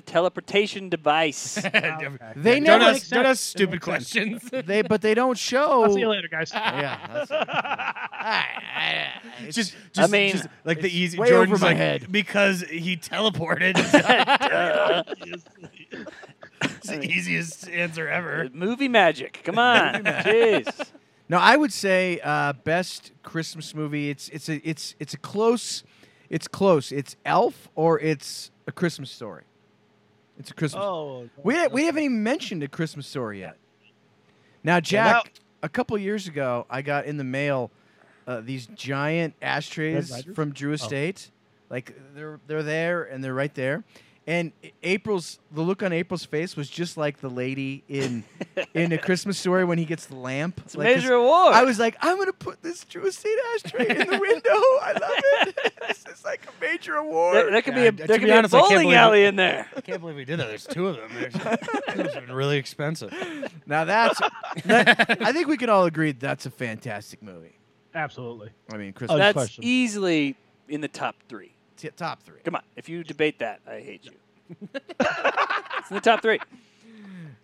teleportation device.
They
Don't
never.
Donuts.
ask,
makes
don't
sense.
ask
It
stupid
makes sense.
questions.
They but they don't show.
I'll see you later, guys.
Yeah. that's- I- I- it's-
just,
I
just-
mean,
just, like the easy.
way over
Jordan's
my
like,
head.
because he teleported. it's the easiest answer ever.
Movie magic. Come on. Jeez.
no, I would say uh, best Christmas movie. It's it's a it's it's a close. It's close. It's Elf or it's a Christmas story. It's a Christmas.
Oh,
We, we haven't even mentioned a Christmas story yet. Now,
that-
Jack, a couple years ago, I got in the mail uh, these giant ashtrays
Ryder?
from Drew Estate. Like they're they're there and they're right there. And April's the look on April's face was just like the lady in in a Christmas story when he gets the lamp.
It's a
Like, 'cause
major award.
I was like, I'm gonna put this Drew Estate ashtray in the window. I love it. this is like a major award.
There, there could
Yeah,
be
to
a, there
be
could be
honest, I
a
can't
bowling
believe it.
alley in there.
I can't believe we did that. There's two of them. Those are really expensive.
Now that's that, I think we can all agree that's a fantastic movie.
Absolutely.
I mean,
Oh,
Christmas
That's
question.
easily in the top three.
t- top three.
Come on. If you debate that, I hate you. it's in the top three.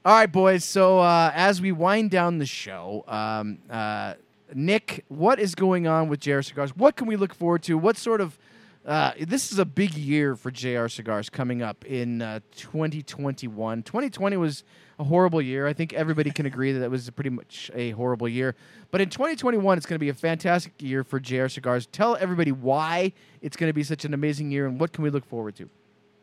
All right, boys. So uh, as we wind down the show, um, uh, Nick, what is going on with JR Cigars? What can we look forward to? What sort of uh, this is a big year for JR Cigars coming up in uh, 2021. 2020 was a horrible year. I think everybody can agree that that was pretty much a horrible year. But in 2021, it's going to be a fantastic year for JR Cigars. Tell everybody why it's going to be such an amazing year and what can we look forward to?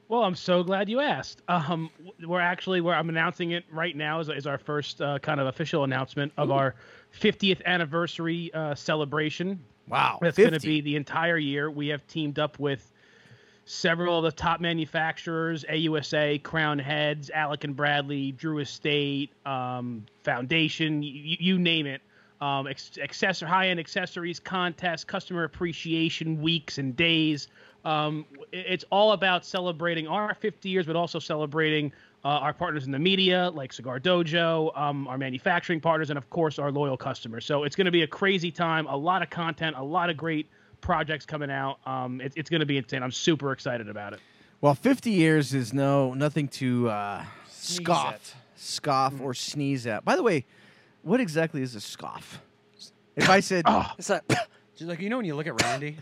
Well, I'm so glad you asked. Um, w- we're actually where I'm announcing it right now is, is our first uh, kind of official announcement of our 50th anniversary uh, celebration.
Wow,
It's going to be the entire year. We have teamed up with several of the top manufacturers: AUSA, Crown Heads, Alec and Bradley, Drew Estate, um, Foundation, you, you name it. Um, ex- accessor- high-end accessories contests, customer appreciation weeks and days. Um, i- it's all about celebrating our 50 years, but also celebrating uh, our partners in the media, like Cigar Dojo, um, our manufacturing partners, and of course our loyal customers. So it's going to be a crazy time, a lot of content, a lot of great projects coming out. Um, it, it's going to be insane. I'm super excited about it.
Well, 50 years is no nothing to uh, scoff,
at.
scoff
Mm.
or sneeze at. By the way, what exactly is a scoff? If I said,
It's like,
She's like, you know, when you look at Randy,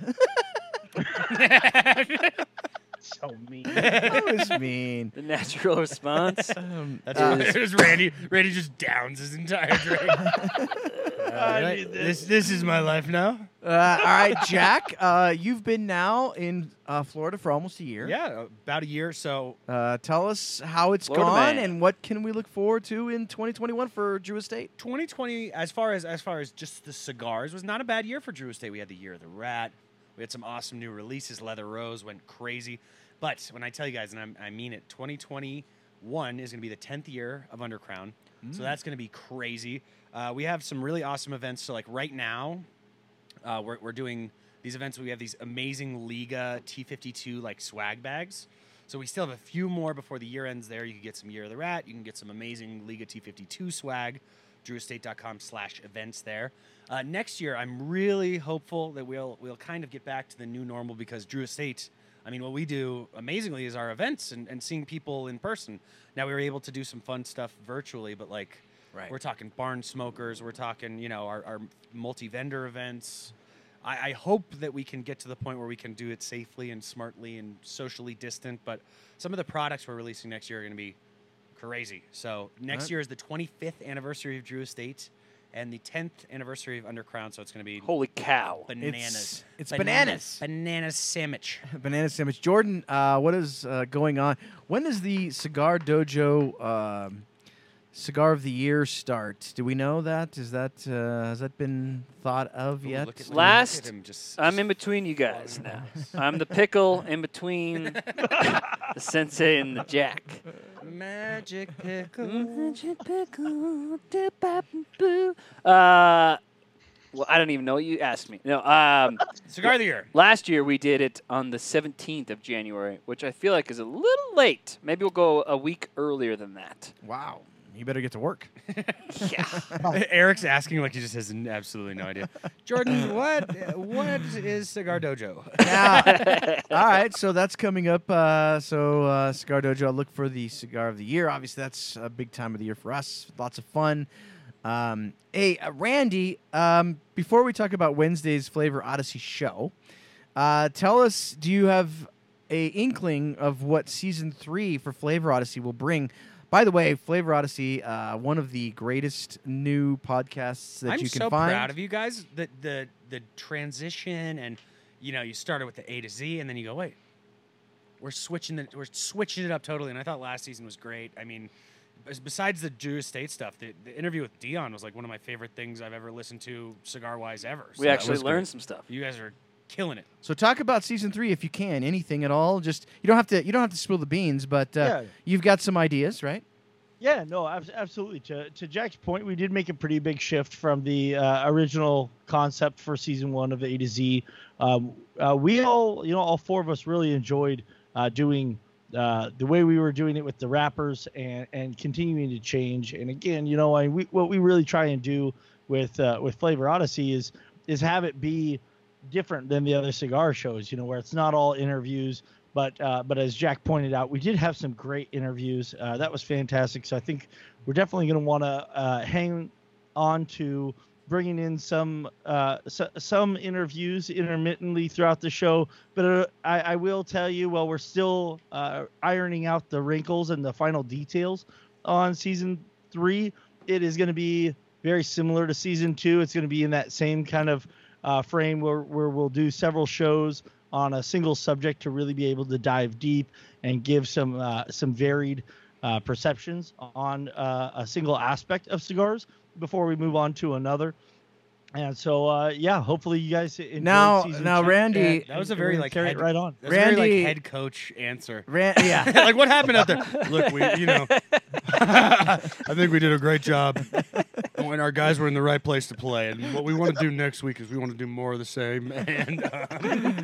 So mean.
that was mean.
the natural response.
that's what it was. Randy, Randy just downs his entire drink.
Oh,
Alright, this, this is my life now.
Uh, all right, Jack, uh, you've been now in uh, Florida for almost a year.
Yeah, about a year. So
Uh, tell us how it's
Florida
gone
man.
and what can we look forward to in 2021 for Drew Estate.
2020, as far as as far as just the cigars, was not a bad year for Drew Estate. We had the Year of the Rat. We had some awesome new releases. Leather Rose went crazy. But when I tell you guys, and I'm, I mean it, 2021 is going to be the 10th year of Undercrown. So that's going to be crazy. Uh, we have some really awesome events. So like right now, uh, we're, we're doing these events. where We have these amazing Liga T52 like swag bags. So we still have a few more before the year ends. There, you can get some Year of the Rat. You can get some amazing Liga T52 swag. drewestate.com slash events there. Uh, next year, I'm really hopeful that we'll we'll kind of get back to the new normal because Drew Estate. I mean, what we do amazingly is our events and, and seeing people in person. Now we were able to do some fun stuff virtually, but like
Right.
we're talking barn smokers, we're talking you know our, our multi vendor events. I, I hope that we can get to the point where we can do it safely and smartly and socially distant. But some of the products we're releasing next year are going to be crazy. So next
Right.
year is the 25th anniversary of Drew Estate and the 10th anniversary of Undercrown. So it's going to be
Holy cow!
bananas.
it's bananas.
Banana sandwich.
Banana sandwich. Jordan, uh, what is uh, going on? When does the Cigar Dojo um, Cigar of the Year start? Do we know that? Is that uh, has that been thought of
Ooh,
yet?
look at- look at
Last-
him just-
I'm in between you guys now. I'm the pickle in between the sensei and the jack.
Magic pickle.
Uh, well, I don't even know what you asked me. No, um,
Cigar of the year.
last year we did it on the 17th of January, which I feel like is a little late. Maybe we'll go a week earlier than that.
wow. You better get to work.
Eric's asking like he just has n- absolutely no idea. Jordan, what what is Cigar Dojo?
Yeah. All right, so that's coming up. Uh, so uh, Cigar Dojo, I'll look for the cigar of the year. Obviously, that's a big time of the year for us. Lots of fun. Um, hey, uh, Randy, um, before we talk about Wednesday's Flavor Odyssey show, uh, tell us, do you have a inkling of what season three for Flavor Odyssey will bring? By the way, Flavor Odyssey, uh, one of the greatest new podcasts that
I'm
you can
so
find.
proud of you guys. The the the transition and you know you started with the A to Z and then you go wait, we're switching the we're switching it up totally. And I thought last season was great. I mean, bes- besides the Drew Estate stuff, the, the interview with Dion was like one of my favorite things I've ever listened to cigar wise ever. So
We
that
actually
was great.
learned some stuff.
You guys are killing it.
So talk about season three if you can, anything at all. Just you don't have to you don't have to spill the beans, but uh,
Yeah.
you've got some ideas, right?
Yeah, no, abs- absolutely. To, to Jack's point, we did make a pretty big shift from the uh, original concept for season one of A to Z. Um, uh, we all, you know, all four of us really enjoyed uh, doing uh, the way we were doing it with the rappers and, and continuing to change. And again, you know, I, we, what we really try and do with uh, with Flavor Odyssey is is have it be different than the other cigar shows. You know, where it's not all interviews, but uh, but as Jack pointed out, we did have some great interviews. Uh, that was fantastic. So I think we're definitely going to want to uh, hang on to bringing in some uh, so, some interviews intermittently throughout the show. But uh, I, I will tell you, while we're still uh, ironing out the wrinkles and the final details on season three, it is going to be very similar to season two. It's going to be in that same kind of uh, frame where, where we'll do several shows on a single subject to really be able to dive deep and give some uh, some varied uh, perceptions on uh, a single aspect of cigars before we move on to another. And so, uh, yeah, hopefully you guys enjoyed
Now-
season
now,
two.
Randy-
And-
That was a
and
very,
we're gonna
like,
carry it
head-
right on.
That's Randy, very
Randy-
like head coach answer.
Ran- yeah.
like what happened out there? Look, we you know, I think we did a great job when our guys were in the right place to play. And what we want to do next week is we want to do more of the same. And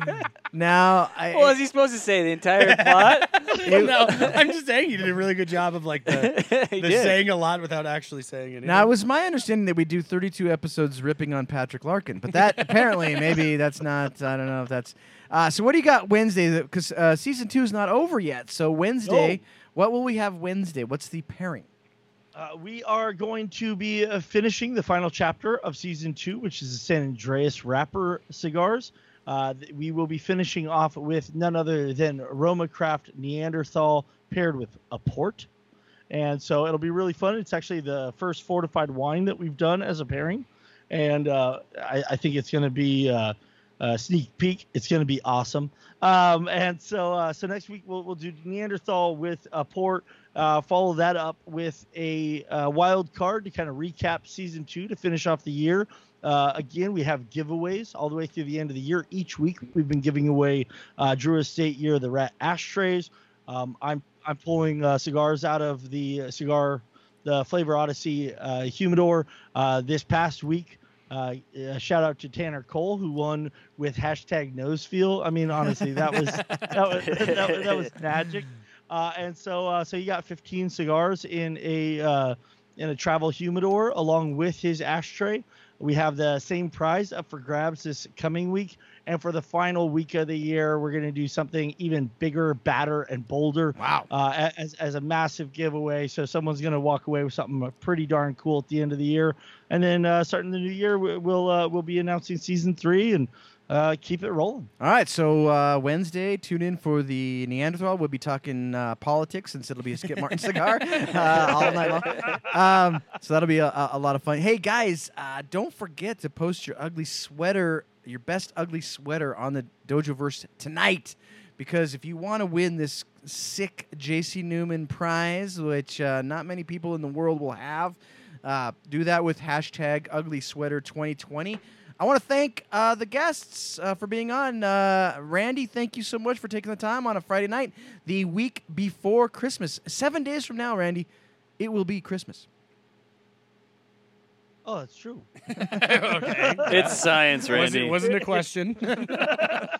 now I
Well, is he supposed to say the entire plot?
no, I'm just saying you did a really good job of like the,
he
the
did.
saying a lot without actually saying anything.
now it was my understanding that we do 32 episodes ripping on Patrick Larkin, but that apparently maybe that's not. I don't know if that's. Uh, so what do you got Wednesday? Because uh, season two is not over yet. So Wednesday, what will we have Wednesday? What's the pairing?
Uh, we are going to be uh, finishing the final chapter of season two, which is the San Andreas wrapper cigars. Uh, th- we will be finishing off with none other than Roma Craft Neanderthal paired with a port. And so it'll be really fun. It's actually the first fortified wine that we've done as a pairing. And uh, I, I think it's going to be uh, a sneak peek. It's going to be awesome. Um, and so uh, so next week we'll, we'll do Neanderthal with a port. Uh, follow that up with a uh, wild card to kind of recap season two to finish off the year. Uh, again, we have giveaways all the way through the end of the year. Each week, we've been giving away uh, Drew Estate Year of the Rat ashtrays. Um, I'm I'm pulling uh, cigars out of the uh, cigar, the Flavor Odyssey uh, humidor uh, this past week. Uh, uh, shout out to Tanner Cole who won with hashtag nosefeel. I mean, honestly, that was that was that was, that was magic. Uh, and so, uh, so you got 15 cigars in a uh, in a travel humidor along with his ashtray. We have the same prize up for grabs this coming week. And for the final week of the year, we're going to do something even bigger, badder, and bolder
Wow.
uh, as, as a massive giveaway. So someone's going to walk away with something pretty darn cool at the end of the year. And then uh, starting the new year, we- we'll uh, we'll be announcing season three and uh, keep it rolling.
All right, so uh, Wednesday, tune in for the Neanderthal. We'll be talking uh, politics since it'll be a Skip Martin cigar uh, all night long. Um, so that'll be a, a a lot of fun. Hey guys, uh, don't forget to post your ugly sweater, your best ugly sweater on the Dojoverse tonight, because if you want to win this sick J.C. Newman prize, which uh, not many people in the world will have, uh, do that with hashtag ugly sweater 2020. I want to thank uh, the guests uh, for being on. Uh, Randy, thank you so much for taking the time on a Friday night, the week before Christmas. Seven days from now, Randy, it will be Christmas.
Oh, that's true.
It's science,
Was
Randy.
it, wasn't a question.
Uh, uh,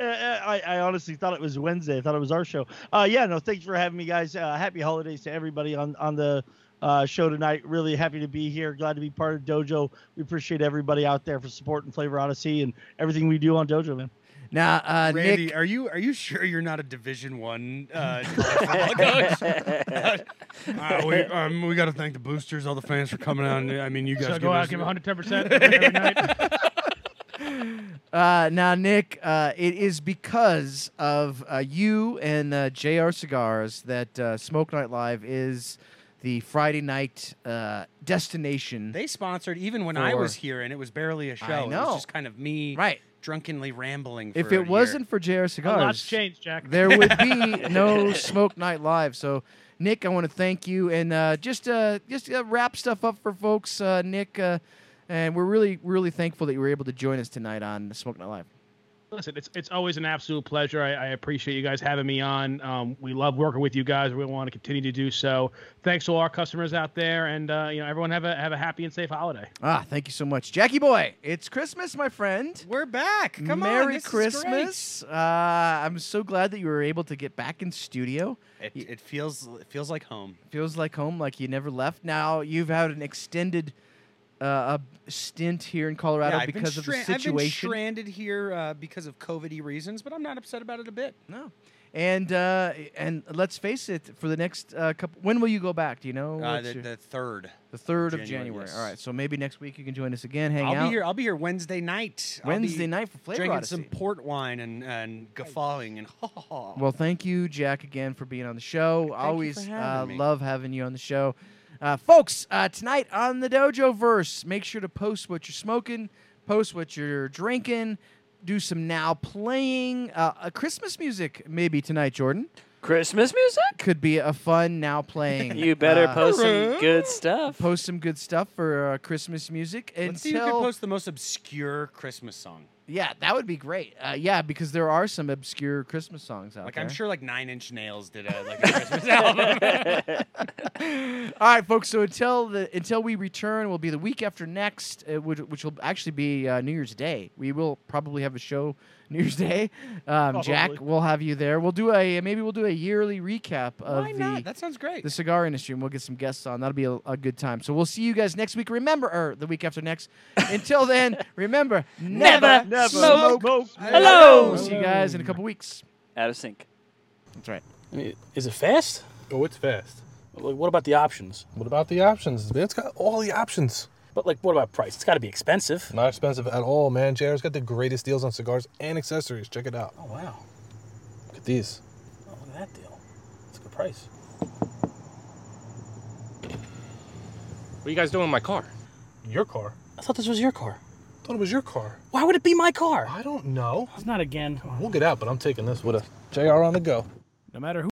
I, I honestly thought it was Wednesday. I thought it was our show. Uh, yeah, no, thanks for having me, guys. Uh, happy holidays to everybody on on the uh, show tonight. Really happy to be here. Glad to be part of Dojo. We appreciate everybody out there for supporting Flavor Odyssey and everything we do on Dojo, man.
Now, uh,
Randy,
Nick,
are you are you sure you're not a Division One uh, football coach? Uh, we um, we got to thank the boosters, all the fans for coming out. I mean, you guys
So
give
go out,
us-
oh, give 110 percent every night.
uh, now, Nick, uh, it is because of uh, you and uh, JR Cigars that uh, Smoke Night Live is the Friday night uh, destination.
They sponsored even when I
For-
was here, and it was barely a show. It
know.
was just kind of me
right.
drunkenly rambling. For
If
a
it
year.
wasn't for JR
A
Cigars,
lot's changed, Jack.
there would be no smoke night live so nick i want to thank you and uh, just uh, just uh, wrap stuff up for folks uh, nick uh, and we're really really thankful that you were able to join us tonight on smoke night live
Listen, it's it's always an absolute pleasure. I, I appreciate you guys having me on. Um, we love working with you guys. We want to continue to do so. Thanks to all our customers out there, and uh, you know everyone have a have a happy and safe holiday.
ah thank you so much jackie boy it's christmas my friend
we're back. Come on,
merry
this is great.
christmas uh, i'm so glad that you were able to get back in studio
It, it feels it feels like home.
feels like home like you never left now you've had an extended uh, a stint here in colorado
I've been
because of the
stra- I've been
situation
stranded here uh, because of COVID reasons, but I'm not upset about it a bit.
No. And uh, and let's face it, for the next uh, couple, when will you go back? Do you know?
Uh,
What's
the,
your-
the third.
the third of
January,
January.
yes.
All right, so maybe next week you can join us again. Hang
I'll
out
be here. I'll be here Wednesday night. I'll be
Wednesday night for Flavor
drinking
Odyssey.
some port wine and and guffawing and ha ha. ha.
Well, thank you, Jack, again for being on the show.
for
Always uh,
having me.
love having you on the show, uh, folks. Uh, tonight on the Dojo Verse, make sure to post what you're smoking, post what you're drinking, do some now playing uh, uh, Christmas music maybe tonight. Jordan
Christmas music?
could be a fun now playing.
You better
uh,
post some good stuff.
post some good stuff for uh, Christmas music. Until
Let's see who can post the most obscure Christmas song.
yeah, that would be great. Uh, yeah, because there are some obscure Christmas songs out
Like
there.
I'm sure like Nine Inch Nails did a like a Christmas album.
All right, folks. So until the until we return, will be the week after next, uh, which, which will actually be uh, New Year's Day. We will probably have a show New Year's Day. Um, Jack,
Probably.
we'll have you there. We'll do a maybe we'll do a yearly recap of
Why
the
not? That sounds great.
the cigar industry, and we'll get some guests on. That'll be a, a good time. So we'll see you guys next week. Remember, or the week after next. Until then, remember, never,
Never
smoke.
Hello.
We'll see you guys in a couple weeks.
Out of sync.
That's right.
I mean, Is it fast?
Oh, it's fast.
Like, what about the options?
What about the options? Man, it's got all the options.
But like, what about price? It's got to be expensive.
Not expensive at all, man. JR's got the greatest deals on cigars and accessories. Check it out.
Oh wow!
Look at these.
Oh, look at that deal. It's a good price.
What are you guys doing in my car? Your car?
I thought this was your car.
thought it was your car.
Why would it be my car?
I don't know.
It's not again.
We'll get out, but I'm taking this with us. JR on the go.
No matter who.